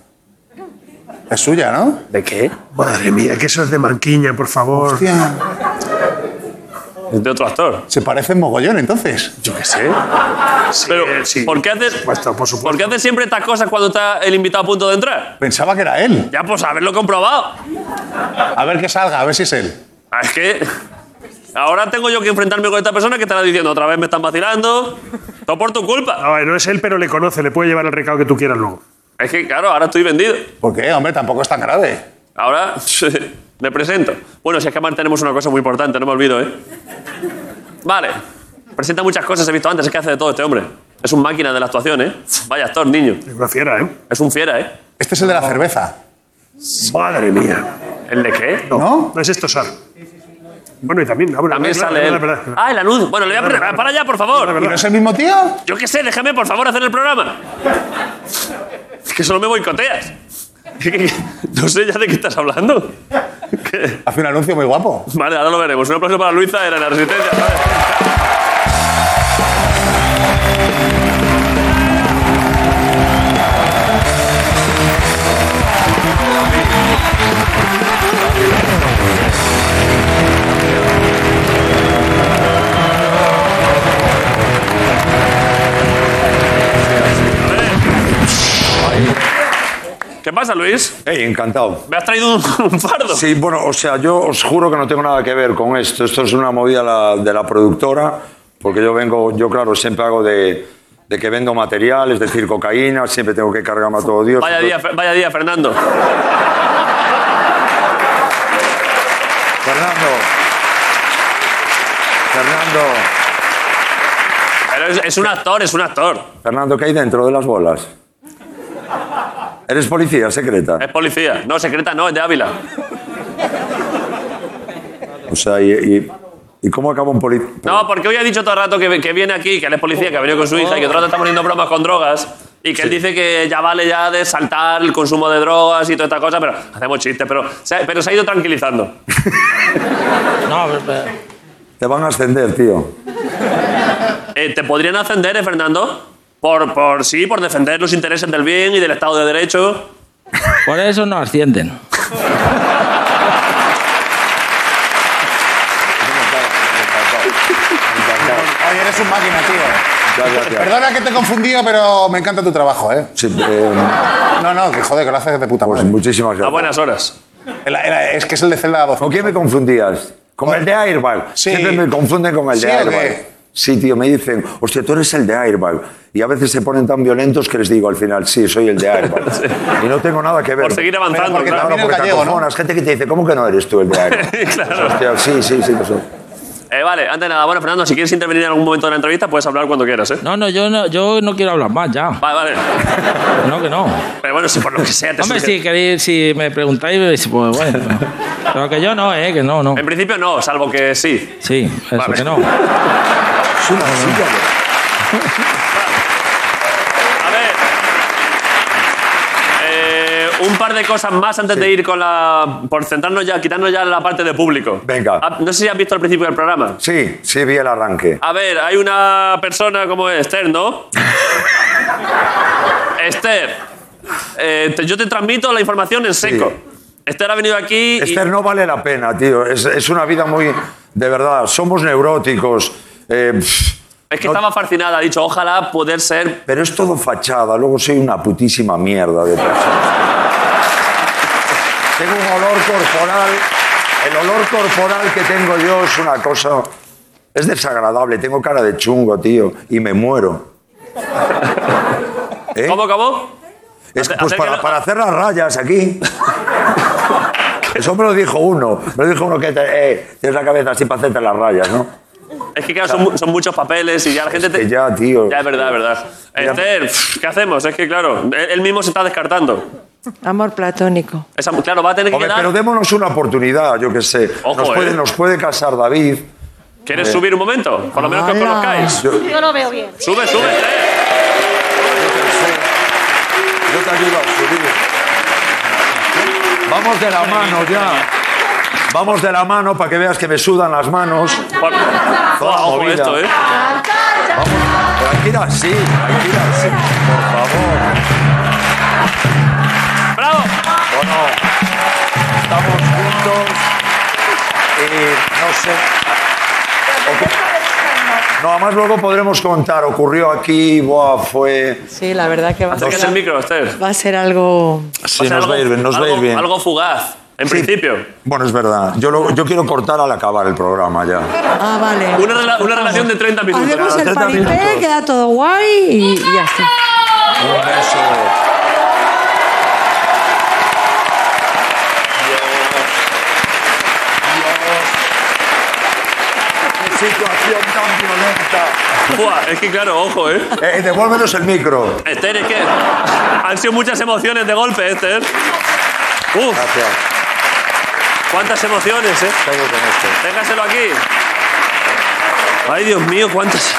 [SPEAKER 4] Es suya, ¿no?
[SPEAKER 1] ¿De qué?
[SPEAKER 8] Madre mía, que eso es de manquiña, por favor.
[SPEAKER 4] Hostia.
[SPEAKER 1] Es de otro actor.
[SPEAKER 4] Se parece mogollón, entonces.
[SPEAKER 1] Yo qué sé. Pero, ¿por qué haces.
[SPEAKER 4] Pues
[SPEAKER 1] ¿Por qué haces siempre estas cosas cuando está el invitado a punto de entrar?
[SPEAKER 4] Pensaba que era él.
[SPEAKER 1] Ya, pues haberlo comprobado.
[SPEAKER 4] A ver que salga, a ver si es él.
[SPEAKER 1] Ah, Es que. Ahora tengo yo que enfrentarme con esta persona que estará diciendo otra vez me están vacilando. Todo por tu culpa.
[SPEAKER 8] A ver, no es él, pero le conoce, le puede llevar el recado que tú quieras luego.
[SPEAKER 1] Es que, claro, ahora estoy vendido.
[SPEAKER 4] ¿Por qué? Hombre, tampoco es tan grave.
[SPEAKER 1] Ahora *laughs* me presento. Bueno, si es que además tenemos una cosa muy importante, no me olvido, ¿eh? Vale. Presenta muchas cosas, he visto antes, es que hace de todo este hombre. Es un máquina de la actuación, ¿eh? Vaya actor, niño.
[SPEAKER 8] Es una fiera, ¿eh?
[SPEAKER 1] Es un fiera, ¿eh?
[SPEAKER 4] Este es el de la cerveza.
[SPEAKER 8] Madre mía.
[SPEAKER 1] ¿El de qué?
[SPEAKER 8] No, no, es esto, Sar. Bueno, y también. ah, bueno,
[SPEAKER 1] También
[SPEAKER 8] verdad,
[SPEAKER 1] sale él.
[SPEAKER 8] verdad, verdad, verdad.
[SPEAKER 1] Ah, el anuncio. Bueno, le voy a pre- para allá, por favor.
[SPEAKER 4] ¿Y no es el mismo tío?
[SPEAKER 1] Yo qué sé, déjame por favor hacer el programa. Es que solo me boicoteas. No sé ya de qué estás hablando.
[SPEAKER 4] Hace un anuncio muy guapo.
[SPEAKER 1] Vale, ahora lo veremos. Un aplauso para Luisa era la Resistencia. ¿vale? ¿Qué pasa, Luis?
[SPEAKER 14] Hey, encantado.
[SPEAKER 1] ¿Me has traído un, *laughs* un fardo?
[SPEAKER 14] Sí, bueno, o sea, yo os juro que no tengo nada que ver con esto. Esto es una movida la- de la productora, porque yo vengo, yo claro, siempre hago de, de que vendo material, es decir, cocaína, siempre tengo que cargarme a todo Dios.
[SPEAKER 1] Vaya día, Fe- vaya día, Fernando.
[SPEAKER 14] Fernando. Fernando.
[SPEAKER 1] Pero es, es un actor, es un actor.
[SPEAKER 14] Fernando, ¿qué hay dentro de las bolas? Eres policía secreta.
[SPEAKER 1] Es policía. No, secreta no, es de Ávila.
[SPEAKER 14] O sea, ¿y, y, y cómo acaba un policía?
[SPEAKER 1] No, porque hoy ha dicho todo el rato que, que viene aquí, que él es policía, que ha venido con su hija y que todo el rato está poniendo bromas con drogas. Y que él dice que ya vale ya de saltar el consumo de drogas y toda esta cosa, pero hacemos chistes, pero, se- pero se ha ido tranquilizando.
[SPEAKER 7] *laughs* No, pero- pero-
[SPEAKER 14] Te van a ascender, tío.
[SPEAKER 1] Eh, ¿Te podrían ascender, eh, Fernando? Por, por sí, por defender los intereses del bien y del Estado de Derecho.
[SPEAKER 7] por eso no ascienden.
[SPEAKER 4] Oye, eres un máquina, tío.
[SPEAKER 14] Ya, ya, ya.
[SPEAKER 4] Perdona que te he confundido, pero me encanta tu trabajo, ¿eh?
[SPEAKER 14] Sí, eh,
[SPEAKER 4] No, no, que joder, que lo haces de puta
[SPEAKER 14] pues
[SPEAKER 4] madre.
[SPEAKER 14] muchísimas
[SPEAKER 1] A
[SPEAKER 14] gracias.
[SPEAKER 1] buenas horas.
[SPEAKER 4] El- el- es que es el de Zelda 2.
[SPEAKER 14] ¿Con quién me confundías? Con el de Airbag.
[SPEAKER 4] Sí.
[SPEAKER 14] Siempre me confunden con el
[SPEAKER 4] ¿Sí
[SPEAKER 14] de
[SPEAKER 4] o
[SPEAKER 14] Airbag.
[SPEAKER 4] qué?
[SPEAKER 14] Sí, tío, me dicen, hostia, tú eres el de Airbag. Y a veces se ponen tan violentos que les digo al final, sí, soy el de
[SPEAKER 4] *laughs*
[SPEAKER 14] Airbag. Y no tengo nada que ver.
[SPEAKER 1] Por seguir avanzando,
[SPEAKER 4] Pero porque
[SPEAKER 1] claro.
[SPEAKER 4] también-
[SPEAKER 14] Claro, porque
[SPEAKER 4] el gallego, ¿no?
[SPEAKER 14] acojonas, gente que te dice, ¿cómo que no eres tú el de
[SPEAKER 1] *laughs*
[SPEAKER 14] Airbag?
[SPEAKER 1] Claro.
[SPEAKER 14] Hostia, sí, sí, pues, sí, lo soy.
[SPEAKER 1] Eh, vale, antes de nada, bueno, Fernando, si quieres intervenir en algún momento de la entrevista, puedes hablar cuando quieras, ¿eh?
[SPEAKER 7] No, no, yo no, yo no quiero hablar más ya.
[SPEAKER 1] Vale, vale.
[SPEAKER 7] No, que no.
[SPEAKER 1] Pero bueno, si por lo que sea te
[SPEAKER 7] Hombre,
[SPEAKER 1] surge-
[SPEAKER 7] si, queréis, si me preguntáis, pues bueno. pero- Pero que yo no, ¿eh? Que no, no.
[SPEAKER 1] En principio no, salvo que sí.
[SPEAKER 7] Sí, eso,
[SPEAKER 1] Vale.
[SPEAKER 7] que no.
[SPEAKER 14] Es una silla, güey.
[SPEAKER 1] A ver. Eh, un par de cosas más antes de ir con la. Por centrarnos ya, quitarnos ya la parte de público.
[SPEAKER 14] Venga.
[SPEAKER 1] Ah, No sé si has visto al principio del programa.
[SPEAKER 14] Sí, sí, vi el arranque.
[SPEAKER 1] A ver, hay una persona como Esther, ¿no? Esther, eh, te- yo te transmito la información en seco. Esther ha venido aquí. y-
[SPEAKER 14] Esther, no vale la pena, tío. Es, es una vida muy... De verdad, somos neuróticos. Eh, pff,
[SPEAKER 1] es que
[SPEAKER 14] no-
[SPEAKER 1] estaba fascinada, ha dicho, ojalá poder ser.
[SPEAKER 14] Pero es todo fachada, luego soy una putísima mierda de persona. tengo un olor corporal, el olor corporal que tengo yo es una cosa... Es desagradable, tengo cara de chungo, tío, y me muero. ¿Eh?
[SPEAKER 1] ¿Cómo, cómo?
[SPEAKER 14] Es
[SPEAKER 1] Hace-
[SPEAKER 14] pues para,
[SPEAKER 1] acércalo-
[SPEAKER 14] para hacer las rayas aquí. Eso me lo dijo uno. Me lo dijo uno que te- eh, tienes la cabeza así para hacerte las rayas, ¿no?
[SPEAKER 1] Es que claro, son, mu- son muchos papeles y ya la gente
[SPEAKER 14] Que
[SPEAKER 1] te.
[SPEAKER 14] ya, tío.
[SPEAKER 1] Ya, es verdad, es verdad. Esther, pf, ¿qué hacemos? Es que claro, él, él mismo se está descartando.
[SPEAKER 2] Amor platónico.
[SPEAKER 1] Esa- claro, va a tener que
[SPEAKER 14] Hombre,
[SPEAKER 1] dar.
[SPEAKER 14] pero démonos una oportunidad, yo qué sé.
[SPEAKER 1] Ojo,
[SPEAKER 14] nos, puede,
[SPEAKER 1] eh.
[SPEAKER 14] nos puede casar David.
[SPEAKER 1] ¿Quieres subir un momento? Por lo menos que os
[SPEAKER 2] Hola.
[SPEAKER 1] conozcáis.
[SPEAKER 11] Yo lo veo bien.
[SPEAKER 1] Sube, sube, Esther.
[SPEAKER 14] Yo te ayudo pues a subir. Vamos de la mano ya. Vamos de la mano para que veas que me sudan las manos.
[SPEAKER 1] Por-
[SPEAKER 14] Toda
[SPEAKER 1] Ojo con
[SPEAKER 14] movida.
[SPEAKER 1] esto, ¿eh?
[SPEAKER 14] Tranquila, sí, tranquila, sí. Por favor.
[SPEAKER 1] ¡Bravo!
[SPEAKER 14] ¿O no? Estamos juntos y Eh,
[SPEAKER 11] *laughs*
[SPEAKER 14] no sé. Ok. No, además luego podremos contar. Ocurrió aquí, buah, fue.
[SPEAKER 2] Sí, la verdad que va a
[SPEAKER 1] Acércate el
[SPEAKER 2] ser,
[SPEAKER 1] micro, Esther.
[SPEAKER 2] va a ser algo...
[SPEAKER 14] Sí,
[SPEAKER 1] O sea,
[SPEAKER 14] nos va a ir bien, nos va a ir
[SPEAKER 1] algo-
[SPEAKER 14] bien.
[SPEAKER 1] Algo fugaz. En principio.
[SPEAKER 14] Bueno, es verdad. Yo, lo- yo quiero cortar al acabar el programa ya.
[SPEAKER 2] Ah, vale.
[SPEAKER 1] Una, rela- una relación de 30 minutos.
[SPEAKER 2] Hacemos el paripé, queda todo guay y, y ya está.
[SPEAKER 14] Un beso. Qué situación tan violenta.
[SPEAKER 1] Buah, es que claro, ojo, ¿eh?
[SPEAKER 14] Eh, devuélvenos el micro.
[SPEAKER 1] Esther, es que han sido muchas emociones de golpe, Esther. Uf.
[SPEAKER 14] Gracias.
[SPEAKER 1] ¿Cuántas emociones, eh? Déjaselo aquí. Ay, Dios mío, cuántas.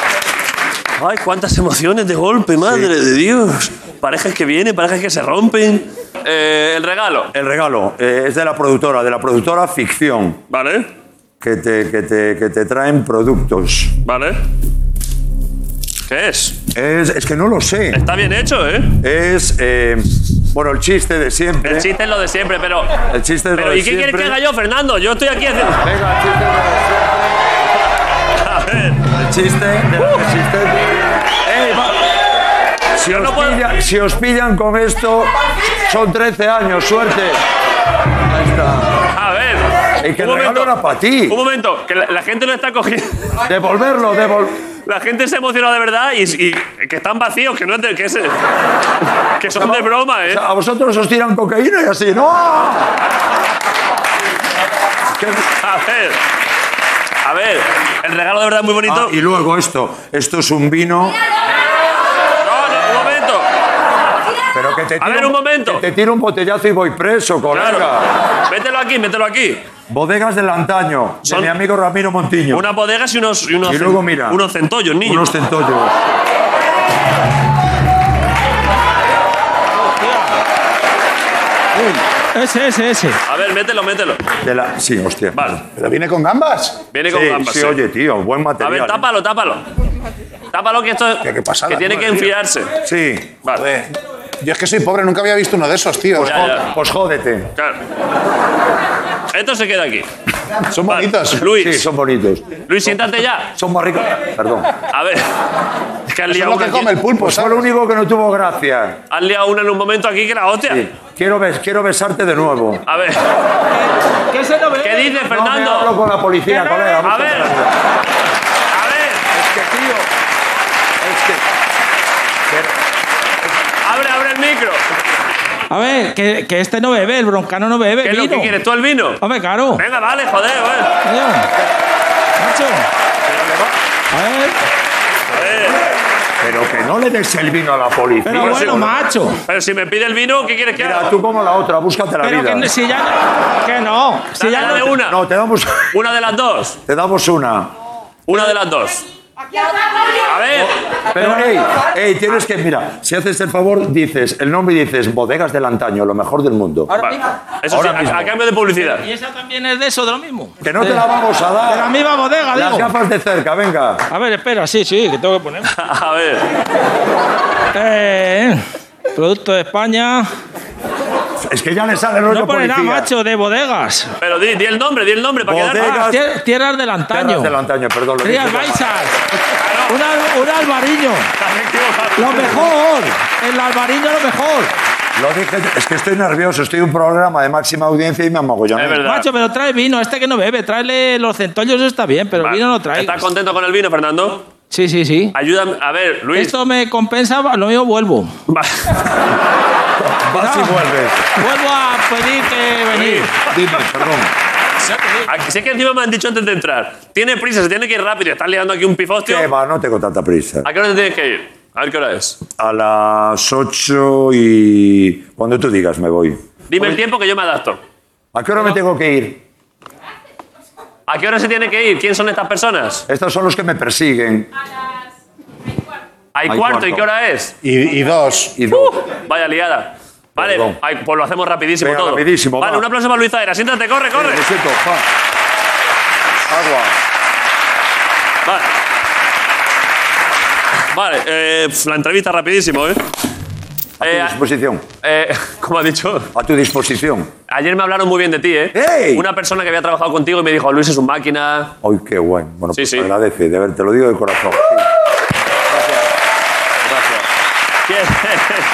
[SPEAKER 1] Ay, cuántas emociones de golpe, madre de Dios. Parejas que vienen, parejas que se rompen. Eh, el regalo.
[SPEAKER 14] El regalo eh, es de la productora, de la productora Ficción.
[SPEAKER 1] Vale.
[SPEAKER 14] Que te, que te, que te traen productos.
[SPEAKER 1] Vale. ¿Qué es?
[SPEAKER 14] Es, es que no lo sé.
[SPEAKER 1] Está bien hecho, ¿eh?
[SPEAKER 14] Es, eh, bueno, el chiste de siempre.
[SPEAKER 1] El chiste es lo de siempre, pero.
[SPEAKER 14] El chiste es lo
[SPEAKER 1] Pero
[SPEAKER 14] de
[SPEAKER 1] ¿y qué quieres
[SPEAKER 14] siempre.
[SPEAKER 1] que haga yo, Fernando? Yo estoy aquí haciendo.
[SPEAKER 14] Venga, El chiste de la resistencia. ¡Ey, va! Si os, pilla- si os pillan con esto, son 13 años, suerte. Ahí está.
[SPEAKER 1] A ver.
[SPEAKER 14] Y que el regalo era para ti.
[SPEAKER 1] Un momento, que la, la gente lo está cogiendo.
[SPEAKER 14] Devolverlo, devolverlo.
[SPEAKER 1] La gente se ha emocionado de verdad y, y que están vacíos, que no es de- que, es- que son de broma, ¿eh?
[SPEAKER 14] A vosotros os tiran cocaína y así, ¡no!
[SPEAKER 1] A ver. A ver, el regalo de verdad es muy bonito.
[SPEAKER 14] Ah, y luego esto, esto es un vino,
[SPEAKER 1] No, no, un momento.
[SPEAKER 14] pero que te tira
[SPEAKER 1] A ver, un momento.
[SPEAKER 14] que te tiro un botellazo y voy preso, colega.
[SPEAKER 1] Claro. Mételo aquí, mételo aquí.
[SPEAKER 14] Bodegas del antaño, de
[SPEAKER 1] Son-
[SPEAKER 14] mi amigo Ramiro Montiño.
[SPEAKER 1] Unas bodegas y unos, y unos,
[SPEAKER 14] Y luego, mira,
[SPEAKER 1] unos centollos, niño.
[SPEAKER 14] Unos centollos.
[SPEAKER 7] Ese, ese, ese.
[SPEAKER 1] A ver, mételo, mételo.
[SPEAKER 14] De la... Sí, hostia.
[SPEAKER 1] Vale.
[SPEAKER 4] ¿Pero viene con gambas?
[SPEAKER 1] Viene con
[SPEAKER 14] sí,
[SPEAKER 1] gambas,
[SPEAKER 14] sí,
[SPEAKER 1] sí.
[SPEAKER 14] oye, tío, buen
[SPEAKER 1] A
[SPEAKER 14] material.
[SPEAKER 1] ver,
[SPEAKER 14] ¿eh?
[SPEAKER 1] tápalo, tápalo. Tápalo que esto
[SPEAKER 4] Qué- qué pasada,
[SPEAKER 1] que tiene
[SPEAKER 4] ¿no?
[SPEAKER 1] que
[SPEAKER 4] Tío.
[SPEAKER 1] enfriarse.
[SPEAKER 14] Sí,
[SPEAKER 1] Vale.
[SPEAKER 4] Yo es que soy pobre, nunca había visto uno de esos, tío.
[SPEAKER 1] Pues Ya, ya.
[SPEAKER 14] pues jódete.
[SPEAKER 1] Claro. Esto se queda aquí.
[SPEAKER 4] Son
[SPEAKER 1] Vale.
[SPEAKER 4] bonitos.
[SPEAKER 1] Luis,
[SPEAKER 14] Sí, son bonitos.
[SPEAKER 1] Luis, siéntate ya.
[SPEAKER 14] Son más ricos. Perdón.
[SPEAKER 1] A ver. Es que has
[SPEAKER 4] Eso es
[SPEAKER 1] liado
[SPEAKER 4] lo
[SPEAKER 1] una
[SPEAKER 4] que
[SPEAKER 1] aquí.
[SPEAKER 4] come el pulpo,
[SPEAKER 14] Pues fue
[SPEAKER 4] ¿sabes?
[SPEAKER 14] lo único que no tuvo gracia.
[SPEAKER 1] Has liado una en un momento aquí que la hostia.
[SPEAKER 14] Sí. Quiero, bes- quiero besarte de nuevo. *laughs*
[SPEAKER 1] A ver.
[SPEAKER 7] ¿Qué se lo ve?
[SPEAKER 1] ¿Qué dices,
[SPEAKER 14] No me hablo
[SPEAKER 1] Fernando?
[SPEAKER 14] con la policía, colega.
[SPEAKER 1] A
[SPEAKER 14] muchas
[SPEAKER 1] ver.
[SPEAKER 14] gracias.
[SPEAKER 1] A ver.
[SPEAKER 14] Es que, tío. Es que.
[SPEAKER 1] Abre, abre el micro.
[SPEAKER 7] A ver, que, que este no bebe, el broncano no bebe.
[SPEAKER 1] ¿Qué es
[SPEAKER 7] vino.
[SPEAKER 1] lo que quieres tú el vino?
[SPEAKER 7] Hombre, claro.
[SPEAKER 1] Venga, vale, joder, bueno.
[SPEAKER 7] Tío. Macho. A ver,
[SPEAKER 1] A ver.
[SPEAKER 14] Pero que no le des el vino a la policía.
[SPEAKER 7] pero
[SPEAKER 1] Bueno, sí,
[SPEAKER 7] bueno,
[SPEAKER 1] bueno.
[SPEAKER 7] macho.
[SPEAKER 1] Pero si me pide el vino, ¿qué quieres que haga?
[SPEAKER 14] Mira, tú como la otra, búscate la
[SPEAKER 7] Pero
[SPEAKER 14] vida.
[SPEAKER 7] que no- si ya. Que no. Si
[SPEAKER 1] Dale,
[SPEAKER 7] ya
[SPEAKER 1] dale
[SPEAKER 7] no-
[SPEAKER 1] una.
[SPEAKER 14] No, te damos,
[SPEAKER 1] Una de las dos.
[SPEAKER 14] te damos una.
[SPEAKER 1] Una de las dos. A ver.
[SPEAKER 14] Pero, hey, hey, tienes que, mira, si haces el favor, dices el nombre y dices Bodegas del Antaño, lo mejor del mundo.
[SPEAKER 1] Vale. Eso
[SPEAKER 14] Ahora
[SPEAKER 1] sí, a-
[SPEAKER 14] mismo.
[SPEAKER 1] a, cambio de publicidad.
[SPEAKER 7] Y esa también es de eso, de lo mismo.
[SPEAKER 14] Que no te la vamos a
[SPEAKER 7] De la
[SPEAKER 14] dar.
[SPEAKER 7] misma bodega,
[SPEAKER 14] Las
[SPEAKER 7] digo.
[SPEAKER 14] gafas de cerca, venga.
[SPEAKER 7] A ver, espera, sí, sí, que tengo
[SPEAKER 14] *laughs*
[SPEAKER 7] que poner.
[SPEAKER 1] A ver.
[SPEAKER 7] Eh, producto de España.
[SPEAKER 14] Es que ya le sale el rollo
[SPEAKER 7] No pone nada,
[SPEAKER 14] policía.
[SPEAKER 7] macho, de bodegas.
[SPEAKER 1] Pero di, di el nombre, di el nombre para
[SPEAKER 14] Bodega-
[SPEAKER 1] quedar.
[SPEAKER 7] Ah, tier- tierras del antaño.
[SPEAKER 14] Terras del Antaño, perdón. Lo
[SPEAKER 7] Rías
[SPEAKER 14] dije mal.
[SPEAKER 7] Baixas. Un, al- un albariño.
[SPEAKER 1] Estás equivocado.
[SPEAKER 7] Lo mejor. El albariño lo mejor.
[SPEAKER 14] Lo dije, es que estoy nervioso, estoy en un programa de máxima audiencia y me amogolloné.
[SPEAKER 1] Es verdad.
[SPEAKER 7] Macho, pero trae vino. Este que no bebe. Tráele los centollos, está bien, pero
[SPEAKER 1] Vale.
[SPEAKER 7] vino no trae.
[SPEAKER 1] ¿Estás contento con el vino, Fernando?
[SPEAKER 7] Sí, sí, sí.
[SPEAKER 1] Ayúdame. A ver, Luis.
[SPEAKER 7] Esto me compensa, lo mío vuelvo.
[SPEAKER 1] Va-
[SPEAKER 7] *laughs*
[SPEAKER 14] Vas y
[SPEAKER 7] No.
[SPEAKER 14] vuelves.
[SPEAKER 7] Vuelvo a pedirte venir.
[SPEAKER 14] Dime, perdón.
[SPEAKER 1] Aquí- Sé que encima me han dicho antes de entrar. Tiene prisa, se tiene que ir rápido. Estás liando aquí un pifostio.
[SPEAKER 14] Que va, no tengo tanta prisa.
[SPEAKER 1] ¿A qué hora te tienes que ir? A ver qué hora es.
[SPEAKER 14] A las 8 y. Cuando tú digas, me voy.
[SPEAKER 1] Dime el tiempo que yo me adapto.
[SPEAKER 14] ¿A qué hora me tengo que ir?
[SPEAKER 1] ¿A qué hora se tiene que ir? ¿Quién son estas personas?
[SPEAKER 14] Estos son los que me persiguen.
[SPEAKER 1] Hay
[SPEAKER 14] Hay
[SPEAKER 1] cuarto, ¿y
[SPEAKER 14] cuarto.
[SPEAKER 1] qué hora es? ¡Uh!
[SPEAKER 4] Y, y dos.
[SPEAKER 14] Y dos.
[SPEAKER 1] Vaya liada. Vale,
[SPEAKER 14] Perdón.
[SPEAKER 1] ay, pues lo hacemos rapidísimo
[SPEAKER 14] Venga,
[SPEAKER 1] todo.
[SPEAKER 14] rapidísimo,
[SPEAKER 1] vale,
[SPEAKER 14] va.
[SPEAKER 1] un aplauso para Luis Zaera. Siéntate, corre, corre.
[SPEAKER 14] Lo siento, pa. Agua.
[SPEAKER 1] Vale. Vale, eh, pf, la entrevista rapidísimo, ¿eh?
[SPEAKER 14] A
[SPEAKER 1] Eh,
[SPEAKER 14] tu disposición.
[SPEAKER 1] eh, ¿Cómo ha dicho?
[SPEAKER 14] A tu disposición.
[SPEAKER 1] Ayer me hablaron muy bien de ti, ¿eh?
[SPEAKER 14] ¡Ey!
[SPEAKER 1] Una persona que había trabajado contigo y me dijo, Luis es un máquina.
[SPEAKER 14] Ay, qué guay. Bueno,
[SPEAKER 1] Sí,
[SPEAKER 14] pues
[SPEAKER 1] sí.
[SPEAKER 14] te agradece, de ver, te lo digo de corazón. Sí,
[SPEAKER 1] Gracias.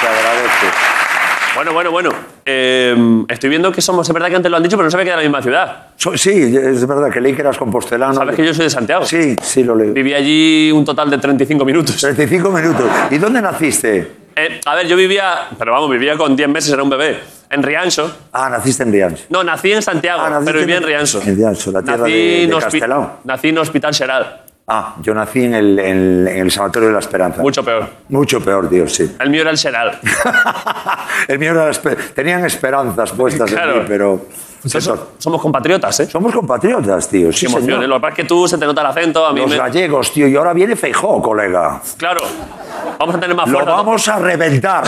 [SPEAKER 1] *laughs*
[SPEAKER 14] te agradece.
[SPEAKER 1] Bueno, bueno, bueno. Eh, estoy viendo que somos, es verdad que antes lo han dicho, pero no sabía que era la misma ciudad.
[SPEAKER 14] So- sí, es verdad que leí que eras compostelano.
[SPEAKER 1] Sabes que yo soy de Santiago.
[SPEAKER 14] Sí, sí lo leo.
[SPEAKER 1] Viví allí un total de 35 minutos.
[SPEAKER 14] 35 minutos. ¿Y dónde naciste?
[SPEAKER 1] Eh, a ver, yo vivía, pero vamos, vivía con 10 meses, era un bebé, en Riancho.
[SPEAKER 14] Ah, naciste en Riancho.
[SPEAKER 1] No, nací en Santiago, pero vivía en Riancho.
[SPEAKER 14] En Riancho, la tierra
[SPEAKER 1] Nací,
[SPEAKER 14] de,
[SPEAKER 1] en
[SPEAKER 14] de
[SPEAKER 1] hospi-
[SPEAKER 14] Castelao.
[SPEAKER 1] nací en Hospital Seral,
[SPEAKER 14] Ah, yo nací en el, en el- en el Sanatorio de la Esperanza.
[SPEAKER 1] mucho peor.
[SPEAKER 14] Mucho peor, tío, sí.
[SPEAKER 1] El mío era el Seral.
[SPEAKER 14] El mío era la espe- Tenían esperanzas puestas
[SPEAKER 1] Claro.
[SPEAKER 14] en mí, pero...
[SPEAKER 1] Somos compatriotas, ¿eh?
[SPEAKER 14] Somos compatriotas, tío. Sí,
[SPEAKER 1] Qué emoción,
[SPEAKER 14] señor.
[SPEAKER 1] ¿eh? Lo que pasa es que tú se te nota el acento, a mí
[SPEAKER 14] Los
[SPEAKER 1] me...
[SPEAKER 14] gallegos, tío. Y ahora viene Feijó, colega.
[SPEAKER 1] Claro, vamos a tener más
[SPEAKER 14] Lo
[SPEAKER 1] fuerza.
[SPEAKER 14] vamos a
[SPEAKER 1] *laughs*
[SPEAKER 14] reventar.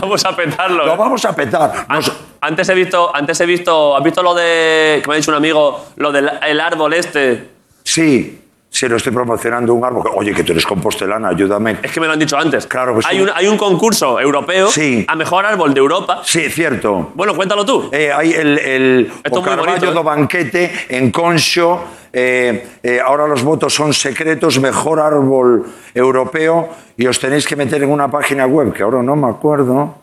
[SPEAKER 1] Vamos a petarlo. ¿eh? Ah,
[SPEAKER 14] Lo vamos a petar. Nos-
[SPEAKER 1] Antes he visto, antes he visto, ¿has visto lo de, que me ha dicho un amigo, lo del el árbol este?
[SPEAKER 14] Sí, sí, lo estoy promocionando un árbol. Oye, que tú eres compostelana, ayúdame.
[SPEAKER 1] Es que me lo han dicho antes.
[SPEAKER 14] Claro, pues
[SPEAKER 1] hay,
[SPEAKER 14] sí.
[SPEAKER 1] un, hay un concurso europeo
[SPEAKER 14] Sí.
[SPEAKER 1] a mejor árbol de Europa.
[SPEAKER 14] Sí, cierto.
[SPEAKER 1] Bueno, cuéntalo tú.
[SPEAKER 14] Eh, hay el, el
[SPEAKER 1] Esto es muy
[SPEAKER 14] Carballo
[SPEAKER 1] bonito, ¿eh?
[SPEAKER 14] do Banquete en Concho. eh, eh, ahora los votos son secretos, mejor árbol europeo. Y os tenéis que meter en una página web, que ahora no me acuerdo.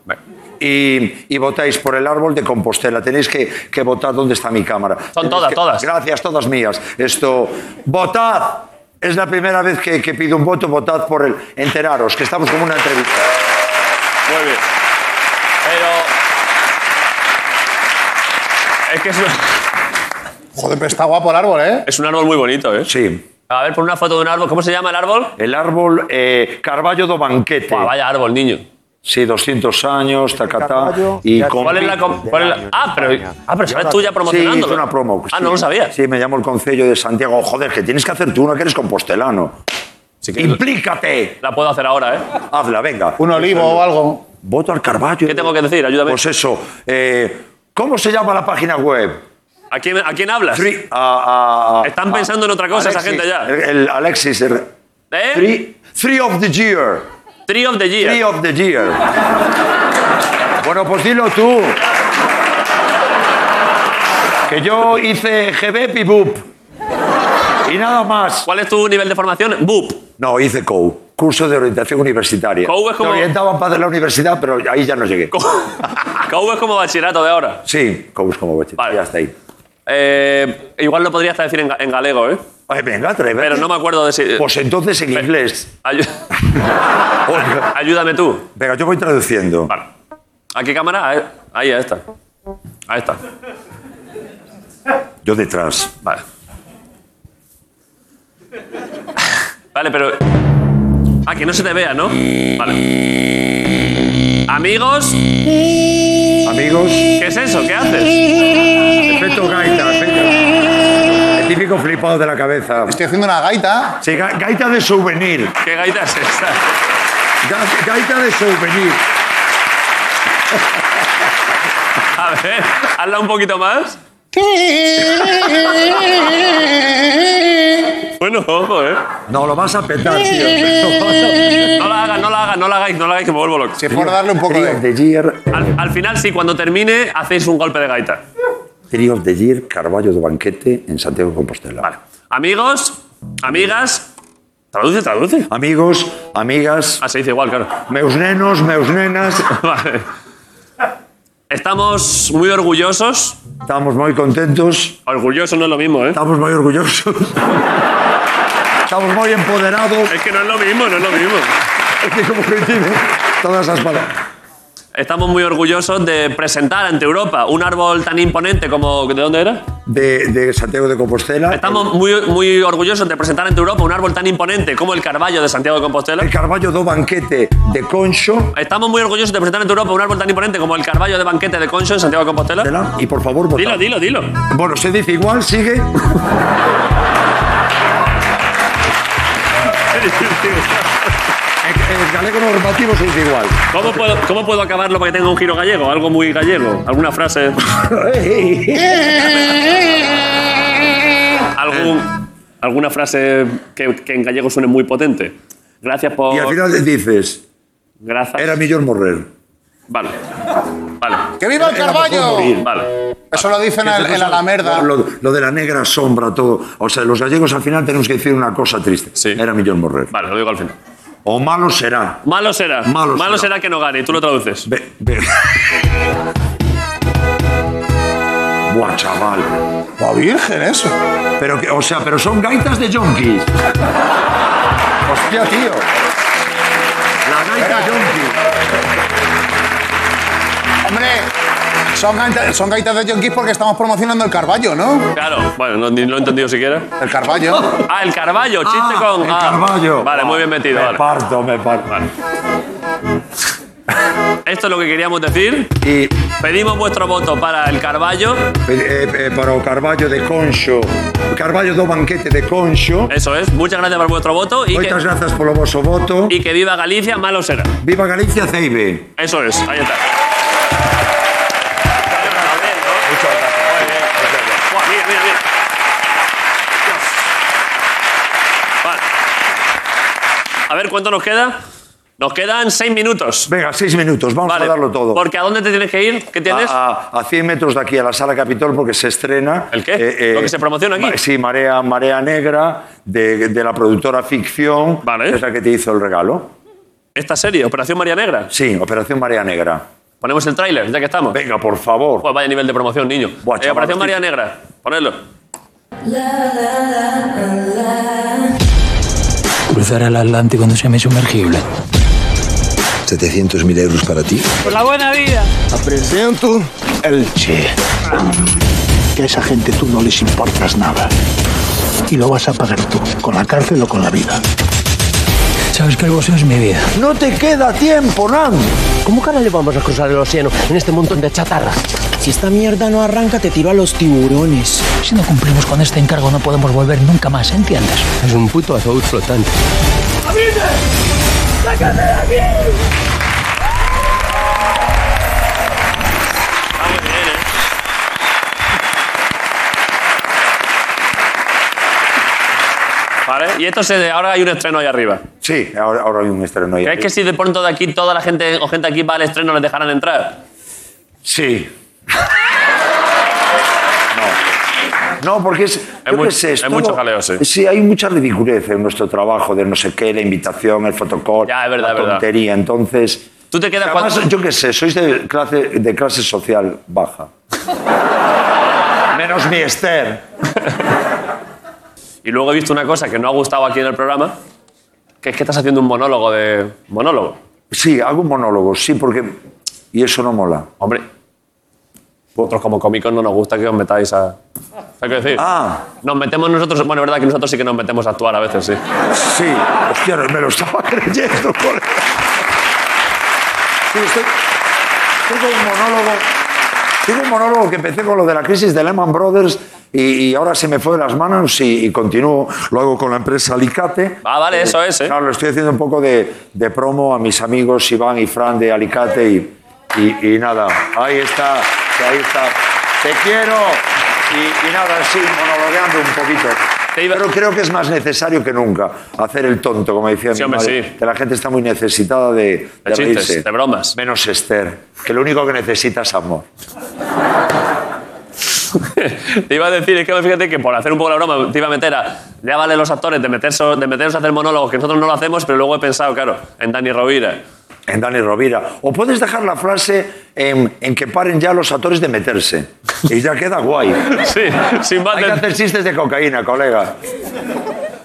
[SPEAKER 14] Y, y votáis por el árbol de Compostela. Tenéis que, que votar dónde está mi cámara. Tenéis
[SPEAKER 1] todas,
[SPEAKER 14] que-
[SPEAKER 1] todas.
[SPEAKER 14] Gracias, todas mías. Esto. ¡Votad! Es la primera vez que, que pido un voto, votad por el. Enteraros, que estamos como una entrevista.
[SPEAKER 1] Muy bien. Pero... Es que es un,
[SPEAKER 4] Joder, pero está guapo el árbol, ¿eh?
[SPEAKER 1] es un árbol muy bonito, ¿eh?
[SPEAKER 14] Sí.
[SPEAKER 1] A ver, pon una foto de un árbol. ¿Cómo se llama el árbol?
[SPEAKER 14] El árbol eh, Carballo do Banquete.
[SPEAKER 1] Buah, vaya árbol, niño.
[SPEAKER 14] Sí, 200 años, tacatá.
[SPEAKER 1] Carballo
[SPEAKER 14] Y
[SPEAKER 1] ya-
[SPEAKER 14] con-
[SPEAKER 1] ¿Cuál es la com-
[SPEAKER 14] del
[SPEAKER 1] cuál es la-
[SPEAKER 14] año,
[SPEAKER 1] Ah,
[SPEAKER 14] de
[SPEAKER 1] pero-
[SPEAKER 14] España.
[SPEAKER 1] ah, pero
[SPEAKER 14] Yo
[SPEAKER 1] será
[SPEAKER 14] la-
[SPEAKER 1] tuya
[SPEAKER 14] Sí,
[SPEAKER 1] promocionándolo.
[SPEAKER 14] hice una promo. pues
[SPEAKER 1] Ah,
[SPEAKER 14] sí.
[SPEAKER 1] no lo sabía.
[SPEAKER 14] Sí, me llamó el Concello de Santiago. Joder, que tienes que hacer tú una que eres compostelano. ¡Implícate!
[SPEAKER 1] La puedo hacer ahora, ¿eh?
[SPEAKER 14] Hazla, venga.
[SPEAKER 4] Un olivo o algo.
[SPEAKER 14] Voto al Carballo.
[SPEAKER 1] ¿Qué tengo que decir? Ayúdame.
[SPEAKER 14] Pues eso. eh, ¿Cómo se llama la página web?
[SPEAKER 1] ¿A quién, a quién hablas?
[SPEAKER 14] Free- a- a- a-
[SPEAKER 1] Están
[SPEAKER 14] a-
[SPEAKER 1] pensando en otra cosa esa
[SPEAKER 14] Alexis,
[SPEAKER 1] gente ya.
[SPEAKER 14] El, el Alexis. el-
[SPEAKER 1] ¿Eh?
[SPEAKER 14] three, three of the year.
[SPEAKER 1] Tree of the Year.
[SPEAKER 14] Three of the year. bueno, pues dilo tú. Que yo hice GBEP y BUP. Y nada más.
[SPEAKER 1] ¿Cuál es tu nivel de formación? BUP.
[SPEAKER 14] No, hice COU. Curso de orientación universitaria.
[SPEAKER 1] COU es como-
[SPEAKER 14] Me orientaban para la universidad, pero ahí ya no llegué.
[SPEAKER 1] KV Ah, es como bachillerato de ahora.
[SPEAKER 14] Sí, COU es como bachiller.
[SPEAKER 1] Vale.
[SPEAKER 14] Ya está ahí.
[SPEAKER 1] Eh, igual lo podría hasta decir en, ga- en galego, ¿eh?
[SPEAKER 14] Ay, venga, atrévete.
[SPEAKER 1] Pero no me acuerdo de si... eh,
[SPEAKER 14] Pues entonces en inglés. *laughs*
[SPEAKER 1] Ayu-
[SPEAKER 14] Oiga.
[SPEAKER 1] Ayúdame tú.
[SPEAKER 14] Venga, yo voy traduciendo.
[SPEAKER 1] Vale. ¿A qué cámara? A- Ahí, a esta. A esta.
[SPEAKER 14] Yo detrás.
[SPEAKER 1] Vale. Vale, pero... Ah, que no se te vea, ¿no? Vale. Amigos,
[SPEAKER 14] Amigos,
[SPEAKER 1] ¿qué es eso? ¿Qué haces?
[SPEAKER 14] efecto gaita, efecto. El típico flipado de la cabeza.
[SPEAKER 4] Estoy haciendo una gaita.
[SPEAKER 14] Sí, ga- gaita de souvenir.
[SPEAKER 1] ¿Qué gaita es esta?
[SPEAKER 14] Ga- Gaita de souvenir.
[SPEAKER 1] A ver, hazla un poquito más. Bueno, ojo, ¿eh?
[SPEAKER 14] No, lo vas a petar, tío. Lo vas a petar.
[SPEAKER 1] *laughs* No la hagas, no la hagas, no la hagáis, no la hagáis, que me vuelvo loco.
[SPEAKER 4] Si es por darle un poco
[SPEAKER 14] Tree of
[SPEAKER 4] de.
[SPEAKER 14] the year.
[SPEAKER 1] Al, al final, sí, cuando termine, hacéis un golpe de gaita.
[SPEAKER 14] Tree of the year, Carballo de Banquete en Santiago de Compostela.
[SPEAKER 1] Vale. Amigos, amigas. Traduce, traduce.
[SPEAKER 14] Amigos, amigas,
[SPEAKER 1] Ah, se dice igual, claro.
[SPEAKER 14] meus nenos, meus nenas,
[SPEAKER 1] *laughs* Vale. Estamos muy orgullosos.
[SPEAKER 14] estamos muy contentos,
[SPEAKER 1] Orgulloso no es lo mismo, ¿eh?
[SPEAKER 14] estamos muy orgullosos, estamos muy empoderados.
[SPEAKER 1] Es que no es lo mismo, no es lo mismo.
[SPEAKER 14] Es que como que tiene todas esas palabras.
[SPEAKER 1] Estamos muy orgullosos de presentar ante Europa un árbol tan imponente como... ¿De dónde era?
[SPEAKER 14] De, de Santiago de Compostela.
[SPEAKER 1] Estamos muy, muy orgullosos de presentar ante Europa un árbol tan imponente como el Carballo de Santiago de Compostela.
[SPEAKER 14] El Carballo do Banquete de Concho.
[SPEAKER 1] Estamos muy orgullosos de presentar ante Europa un árbol tan imponente como el Carballo de Banquete de Concho en Santiago de Compostela.
[SPEAKER 14] Compostela. Y por favor, votad.
[SPEAKER 1] Dilo, dilo, dilo.
[SPEAKER 14] Bueno, se dice igual,
[SPEAKER 1] *laughs*
[SPEAKER 14] sigue. En, en galego normativo se dice igual.
[SPEAKER 1] ¿Cómo puedo, ¿Cómo puedo acabarlo para que tenga un giro gallego? Algo muy gallego. ¿Alguna frase? ¿Algún,
[SPEAKER 14] Eh.
[SPEAKER 1] ¿Alguna frase que, que en gallego suene muy potente? Gracias por...
[SPEAKER 14] Y al final dices,
[SPEAKER 1] Gracias.
[SPEAKER 14] era mejor morrer.
[SPEAKER 1] Vale. Vale.
[SPEAKER 4] ¡Que viva el Carballo!
[SPEAKER 1] Vale.
[SPEAKER 4] Eso lo dicen en, en Alamerda.
[SPEAKER 14] Lo, lo de la negra sombra, todo. O sea, los gallegos al final tenemos que decir una cosa triste.
[SPEAKER 1] Sí.
[SPEAKER 14] Era mejor morrer.
[SPEAKER 1] Vale, lo digo al final.
[SPEAKER 14] O malo será.
[SPEAKER 1] Malo será.
[SPEAKER 14] Malo
[SPEAKER 1] será que no gane. Tú lo traduces.
[SPEAKER 14] Buah, chaval. Buah, virgen eso. Pero que, o sea, pero son gaitas de yonkis. Hostia, tío. La gaita
[SPEAKER 4] Hombre, son, gaita- son gaitas de yonkis porque estamos promocionando el Carballo, ¿no?
[SPEAKER 1] Claro. Bueno, no, ni lo he entendido siquiera.
[SPEAKER 4] El Carballo.
[SPEAKER 1] Ah, el Carballo. Chiste
[SPEAKER 4] Ah,
[SPEAKER 1] con...
[SPEAKER 4] el
[SPEAKER 1] ah.
[SPEAKER 14] Carballo.
[SPEAKER 1] Vale, muy bien metido.
[SPEAKER 14] Me
[SPEAKER 1] vale.
[SPEAKER 14] parto, me parto.
[SPEAKER 1] Esto es lo que queríamos decir.
[SPEAKER 14] Y
[SPEAKER 1] pedimos vuestro voto para el Carballo.
[SPEAKER 14] Eh, eh, para o Carballo de Concho. Carballo do Banquete de Concho.
[SPEAKER 1] Eso es. Muchas gracias por vuestro voto y que,
[SPEAKER 14] Moitas grazas polo vosso voto.
[SPEAKER 1] y que viva Galicia, malo será.
[SPEAKER 14] Viva Galicia Ceibe.
[SPEAKER 1] Eso es. Ahí está. Buah, mira, mira, mira. Dios. Vale. A ver, ¿cuánto nos queda? Nos quedan seis minutos.
[SPEAKER 14] Venga, seis minutos, vamos a darlo todo. Ah,
[SPEAKER 1] Porque ¿a dónde te tienes que ir? ¿Qué tienes?
[SPEAKER 14] A, a- a 100 metros de aquí, a la sala Capitol, porque se estrena. ¿El qué?
[SPEAKER 1] ¿Lo que se promociona aquí?
[SPEAKER 14] Sí, Marea, Marea Negra, de, de la productora Ficción, que es la que te hizo el regalo.
[SPEAKER 1] ¿Esta serie, Operación María Negra?
[SPEAKER 14] Sí, Operación María Negra.
[SPEAKER 1] Ponemos el tráiler, ya que estamos.
[SPEAKER 14] Venga, por favor.
[SPEAKER 1] Pues vaya nivel de promoción, niño. Eh,
[SPEAKER 14] chaval,
[SPEAKER 1] Operación
[SPEAKER 14] sí.
[SPEAKER 1] María Negra, ponedlo.
[SPEAKER 15] Cruzar el Atlántico en semi-sumergible. 700.000 euros para ti.
[SPEAKER 6] Por la buena vida.
[SPEAKER 15] Presento Elche. Que a esa gente tú no les importas nada. Y lo vas a pagar tú, con la cárcel o con la vida. Sabes que el boxeo es mi vida.
[SPEAKER 16] No te queda tiempo, Nan. ¿Cómo cara le vamos a cruzar el océano en este montón de chatarra?
[SPEAKER 13] Si esta mierda no arranca, te tiro a los tiburones.
[SPEAKER 15] Si no cumplimos con este encargo no podemos volver nunca más, ¿eh? ¿entiendes? Es un puto azul flotante.
[SPEAKER 17] ¡Sácate de aquí!
[SPEAKER 1] ¿Vale? Y esto se, ahora hay un estreno ahí arriba.
[SPEAKER 14] Sí, ahora, ahora hay un estreno ahí.
[SPEAKER 1] ¿Crees que si de pronto de aquí toda la gente o gente aquí va al estreno les dejarán entrar?
[SPEAKER 14] Sí. No, porque es. yo
[SPEAKER 1] mu-
[SPEAKER 14] qué sé,
[SPEAKER 1] hay
[SPEAKER 14] es
[SPEAKER 1] mucho
[SPEAKER 14] todo-
[SPEAKER 1] jaleo, sí.
[SPEAKER 14] hay mucha ridiculez en nuestro trabajo de no sé qué, la invitación, el fotocall,
[SPEAKER 1] verdad,
[SPEAKER 14] la
[SPEAKER 1] es verdad.
[SPEAKER 14] tontería. Entonces.
[SPEAKER 1] Tú te quedas
[SPEAKER 14] Además,
[SPEAKER 1] cuando-
[SPEAKER 14] yo qué sé, sois de clase, de clase social baja. Menos mi Esther.
[SPEAKER 1] Y luego he visto una cosa que no ha gustado aquí en el programa, que es que estás haciendo un monólogo de... ¿Monólogo?
[SPEAKER 14] Sí, hago un monólogo, sí, porque. Y eso no mola.
[SPEAKER 1] Hombre. Vosotros como cómicos no nos gusta que os metáis a... ¿Sabes qué decir?
[SPEAKER 14] Ah.
[SPEAKER 1] Nos metemos nosotros... Bueno, es verdad que nosotros sí que nos metemos a actuar a veces, sí.
[SPEAKER 14] Sí. Hostia, me lo estaba creyendo, colega. Sí, estoy, estoy con un monólogo. Tengo un monólogo que empecé con lo de la crisis de Lehman Brothers y, y ahora se me fue de las manos y, y continúo. Lo hago con la empresa Alicate.
[SPEAKER 1] Ah, vale, eso es, ¿eh?
[SPEAKER 14] Claro, lo estoy haciendo un poco de, de promo a mis amigos Iván y Fran de Alicate y, y- y nada. Ahí está, ahí está. Te quiero. Y, y nada, sí, monologueando un poquito. Pero creo que es más necesario que nunca hacer el tonto, como decía
[SPEAKER 1] Sí,
[SPEAKER 14] mi
[SPEAKER 1] hombre,
[SPEAKER 14] madre,
[SPEAKER 1] sí.
[SPEAKER 14] que la gente está muy necesitada de,
[SPEAKER 1] De
[SPEAKER 14] de
[SPEAKER 1] chistes,
[SPEAKER 14] reírse.
[SPEAKER 1] de bromas.
[SPEAKER 14] Menos Esther, que lo único que necesita es amor.
[SPEAKER 1] *laughs* te iba a decir, es que fíjate que por hacer un poco la broma, te iba a meter a. Ya vale los actores de meterse, de meterse a hacer monólogos, que nosotros no lo hacemos, pero luego he pensado, claro, en Dani Rovira.
[SPEAKER 14] En Dani Rovira. O puedes dejar la frase en, en que paren ya los actores de meterse. Y ya queda guay.
[SPEAKER 1] *laughs* Sí, sin más
[SPEAKER 14] Hay que hacer chistes de cocaína, colega.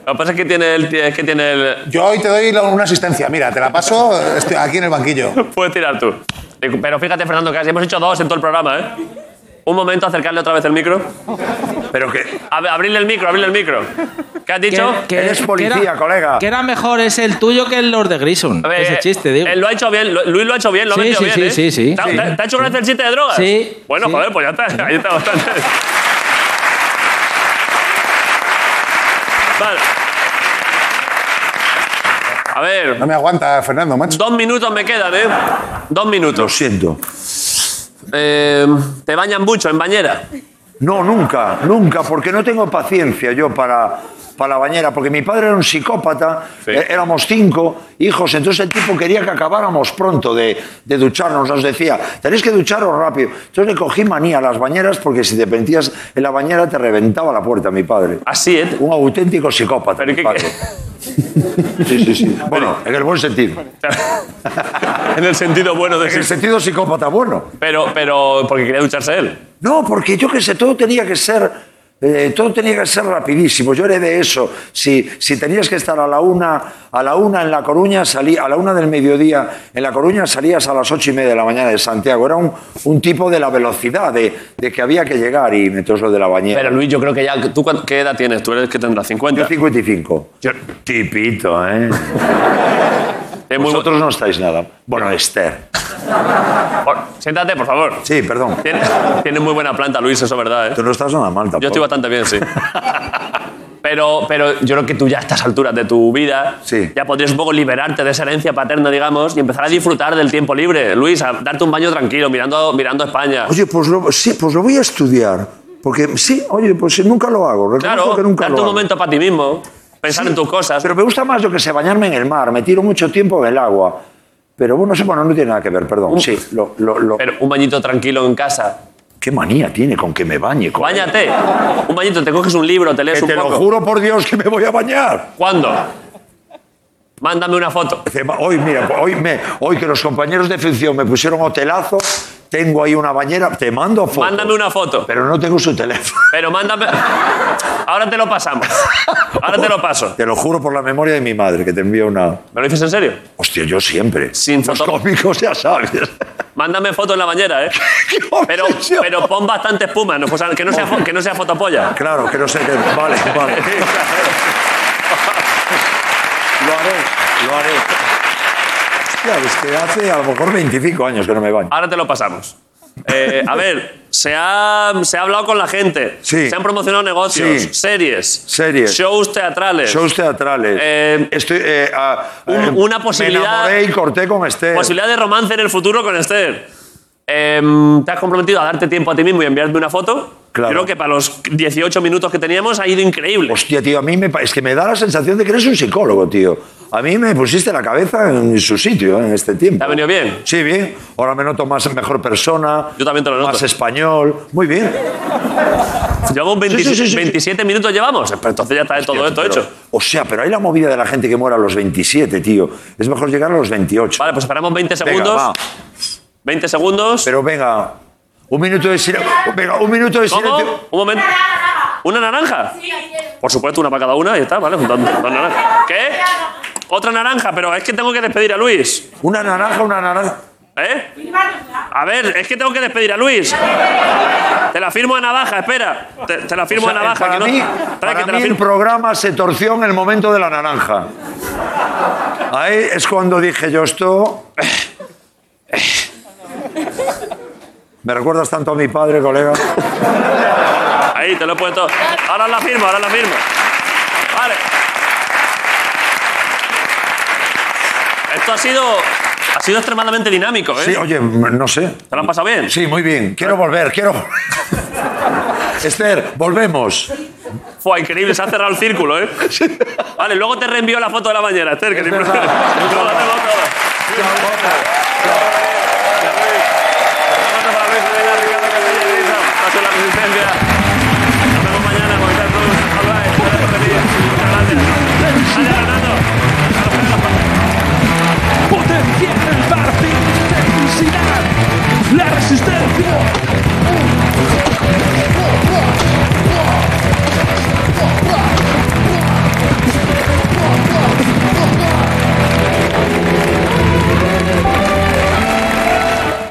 [SPEAKER 1] Lo que pasa es que tiene el. Es que tiene el
[SPEAKER 4] Yo hoy te doy la- una asistencia. Mira, te la paso estoy aquí en el banquillo.
[SPEAKER 1] puedes tirar tú. Pero fíjate, Fernando, que hemos hecho dos en todo el programa, ¿eh? Un momento, acercarle otra vez el micro.
[SPEAKER 14] Pero que.
[SPEAKER 1] A ver, abrirle el micro, abrirle el micro. ¿Qué has dicho?
[SPEAKER 7] Que era mejor ese el tuyo que el Lord de Grison.
[SPEAKER 1] A ver, eh,
[SPEAKER 7] ese chiste, digo.
[SPEAKER 1] Él lo ha hecho bien, lo- Luis lo ha hecho bien, lo
[SPEAKER 7] Sí,
[SPEAKER 1] ha metido
[SPEAKER 7] sí,
[SPEAKER 1] bien.
[SPEAKER 7] sí,
[SPEAKER 1] ¿eh?
[SPEAKER 7] sí, sí.
[SPEAKER 1] ¿Te, ha-
[SPEAKER 7] Sí.
[SPEAKER 1] te- te ha hecho gracia el chiste de drogas?
[SPEAKER 7] Sí,
[SPEAKER 1] Bueno,
[SPEAKER 7] sí.
[SPEAKER 1] joder, pues ya está. Ahí está bastante. vale. A ver.
[SPEAKER 4] No me aguanta, Fernando, macho.
[SPEAKER 1] Dos minutos me quedan, ¿eh? Dos minutos. Lo
[SPEAKER 14] siento.
[SPEAKER 1] Eh, ¿Te bañan mucho en bañera?
[SPEAKER 14] No, nunca, nunca, porque no tengo paciencia yo para, para la bañera, porque mi padre era un psicópata, eh, éramos cinco hijos, entonces el tipo quería que acabáramos pronto de, de ducharnos, nos decía, tenéis que ducharos rápido. Entonces le cogí manía a las bañeras porque si te metías en la bañera te reventaba la puerta mi padre.
[SPEAKER 1] Así, ¿eh?
[SPEAKER 14] Un auténtico psicópata. mi padre. Sí, sí, sí. Bueno, en el buen sentido.
[SPEAKER 1] *laughs* en el sentido bueno de
[SPEAKER 14] En el sentido psicópata bueno.
[SPEAKER 1] Pero, pero, porque quería ducharse él.
[SPEAKER 14] No, porque yo que sé, todo tenía que ser. eh, todo tenía que ser rapidísimo. Yo era de eso. Si, si tenías que estar a la una, a la una en La Coruña, salí, a la una del mediodía en La Coruña salías a las ocho y media de la mañana de Santiago. Era un, un tipo de la velocidad, de, de que había que llegar y meterse lo de la bañera.
[SPEAKER 1] Pero Luis, yo creo que ya. ¿Tú cuán- qué edad tienes? Tú eres que tendrás 50.
[SPEAKER 14] Yo 55. Tipito,
[SPEAKER 1] *laughs*
[SPEAKER 14] ¿eh? Vosotros no estáis nada. Bueno, Esther.
[SPEAKER 1] Por- siéntate, por favor.
[SPEAKER 14] Sí, perdón.
[SPEAKER 1] Tienes, tienes muy buena planta, Luis, eso es verdad, ¿eh?
[SPEAKER 14] Tú no estás nada mal tampoco.
[SPEAKER 1] Yo estoy bastante bien,
[SPEAKER 14] *laughs*
[SPEAKER 1] sí. Pero, pero yo creo que tú ya a estas alturas de tu vida ya podrías un poco liberarte de esa herencia paterna, digamos, y empezar a disfrutar del tiempo libre. Luis, a darte un baño tranquilo, mirando, mirando España.
[SPEAKER 14] Oye, pues lo, sí, pues lo voy a estudiar. Porque sí, oye, pues sí, nunca lo hago. Reconozco
[SPEAKER 1] claro,
[SPEAKER 14] que nunca
[SPEAKER 1] darte
[SPEAKER 14] lo
[SPEAKER 1] un
[SPEAKER 14] hago.
[SPEAKER 1] momento para ti mismo, pensar en tus cosas.
[SPEAKER 14] Pero me gusta más yo que sé, bañarme en el mar. Me tiro mucho tiempo en el agua. Pero bueno, eso bueno, no tiene nada que ver, perdón. Sí, lo, lo, lo-
[SPEAKER 1] Pero un bañito tranquilo en casa.
[SPEAKER 14] ¿Qué manía tiene con que me bañe? coño?
[SPEAKER 1] Báñate. Un bañito, te coges un libro, te lees
[SPEAKER 14] Que
[SPEAKER 1] un
[SPEAKER 14] te
[SPEAKER 1] poco.
[SPEAKER 14] lo juro por Dios que me voy a bañar.
[SPEAKER 1] ¿Cuándo? Mándame una foto.
[SPEAKER 14] Dice, "Ma- Hoy, mira, hoy, me, hoy que los compañeros de ficción me pusieron hotelazo, tengo ahí una bañera, te mando foto.
[SPEAKER 1] Mándame una foto.
[SPEAKER 14] Pero no tengo su teléfono.
[SPEAKER 1] Pero mándame. *laughs* Ahora te lo pasamos. Ahora te lo paso.
[SPEAKER 14] Te lo juro por la memoria de mi madre, que te envía una...
[SPEAKER 1] ¿Me lo dices en serio?
[SPEAKER 14] Hostia, yo siempre.
[SPEAKER 1] Sin
[SPEAKER 14] Los
[SPEAKER 1] foto.
[SPEAKER 14] cómicos ya sabes.
[SPEAKER 1] Mándame fotos en la bañera,
[SPEAKER 14] *laughs*
[SPEAKER 1] ¿eh? Pero, pero pon bastante espuma, no, o sea, que, no sea, fo- que no sea fotopolla.
[SPEAKER 14] Claro, que no sé qué... Vale,
[SPEAKER 1] *laughs*
[SPEAKER 14] vale. Lo haré, lo haré. Hostia, es que hace a lo mejor 25 años que no me baño.
[SPEAKER 1] Ahora te lo pasamos. Eh, a ver, se ha, se ha hablado con la gente.
[SPEAKER 14] Sí.
[SPEAKER 1] Se han promocionado negocios,
[SPEAKER 14] Sí.
[SPEAKER 1] series,
[SPEAKER 14] Series.
[SPEAKER 1] shows teatrales.
[SPEAKER 14] Shows teatrales. Estoy, eh, ah,
[SPEAKER 1] un-
[SPEAKER 14] eh,
[SPEAKER 1] una posibilidad-
[SPEAKER 14] Me enamoré y corté con Esther.
[SPEAKER 1] Posibilidad de romance en el futuro con Esther. Eh, ¿Te has comprometido a darte tiempo a ti mismo y enviarme una foto?
[SPEAKER 14] Claro.
[SPEAKER 1] Creo que para los 18 minutos que teníamos ha ido increíble.
[SPEAKER 14] Hostia, tío, a mí me, pa- es que me da la sensación de que eres un psicólogo, tío. A mí me pusiste la cabeza en su sitio eh, en este tiempo. ¿Te ha
[SPEAKER 1] venido bien?
[SPEAKER 14] Sí, bien. Ahora me noto más mejor persona.
[SPEAKER 1] Yo también te lo noto.
[SPEAKER 14] Más español. Muy bien.
[SPEAKER 1] Llevamos 20
[SPEAKER 14] Sí, sí, sí, sí.
[SPEAKER 1] 27 minutos, llevamos. Pero entonces ya está todo esto
[SPEAKER 14] Pero-
[SPEAKER 1] hecho.
[SPEAKER 14] O sea, pero hay la movida de la gente que muere a los 27, tío. Es mejor llegar a los 28.
[SPEAKER 1] Vale, pues esperamos 20
[SPEAKER 14] Venga,
[SPEAKER 1] segundos.
[SPEAKER 14] va.
[SPEAKER 1] 20 segundos.
[SPEAKER 14] Pero venga, un minuto de silencio. Venga, un minuto de
[SPEAKER 1] ¿Cómo?
[SPEAKER 14] silencio.
[SPEAKER 1] Un momento. ¿Una naranja? Por supuesto, una para cada una y ya está, ¿vale? Dos, dos naranjas. ¿Qué? Otra naranja, pero es que tengo que despedir a Luis.
[SPEAKER 14] Una naranja, una naranja.
[SPEAKER 1] ¿Eh? A ver, es que tengo que despedir a Luis. Te la firmo a navaja, espera. Te, te la firmo
[SPEAKER 14] O sea, eh,
[SPEAKER 1] a navaja.
[SPEAKER 14] Para
[SPEAKER 1] que no-
[SPEAKER 14] mí,
[SPEAKER 1] Trae,
[SPEAKER 14] para
[SPEAKER 1] que te la
[SPEAKER 14] mí el
[SPEAKER 1] firmo.
[SPEAKER 14] programa se torció en el momento de la naranja. Ahí es cuando dije yo esto. Me recuerdas tanto a mi padre, colega.
[SPEAKER 1] Ahí, te lo he puesto. Ahora la firmo, ahora la firmo. Vale. Esto ha sido, ha sido extremadamente dinámico, ¿eh?
[SPEAKER 14] Sí, oye, m- no sé.
[SPEAKER 1] ¿Te lo han pasado bien?
[SPEAKER 14] Sí, muy bien. Quiero volver, *laughs* quiero. vol- Esther, volvemos.
[SPEAKER 1] Fue increíble, se ha cerrado el círculo,
[SPEAKER 14] *laughs*
[SPEAKER 1] ¿eh? Vale, luego te reenvío la foto de la mañana, Esther, que te
[SPEAKER 14] verdad,
[SPEAKER 1] Lo *laughs*
[SPEAKER 14] es verdad.
[SPEAKER 1] hacemos todo. Una foto para Luis Medina, Ricardo Castellaneta, gracias a la resistencia.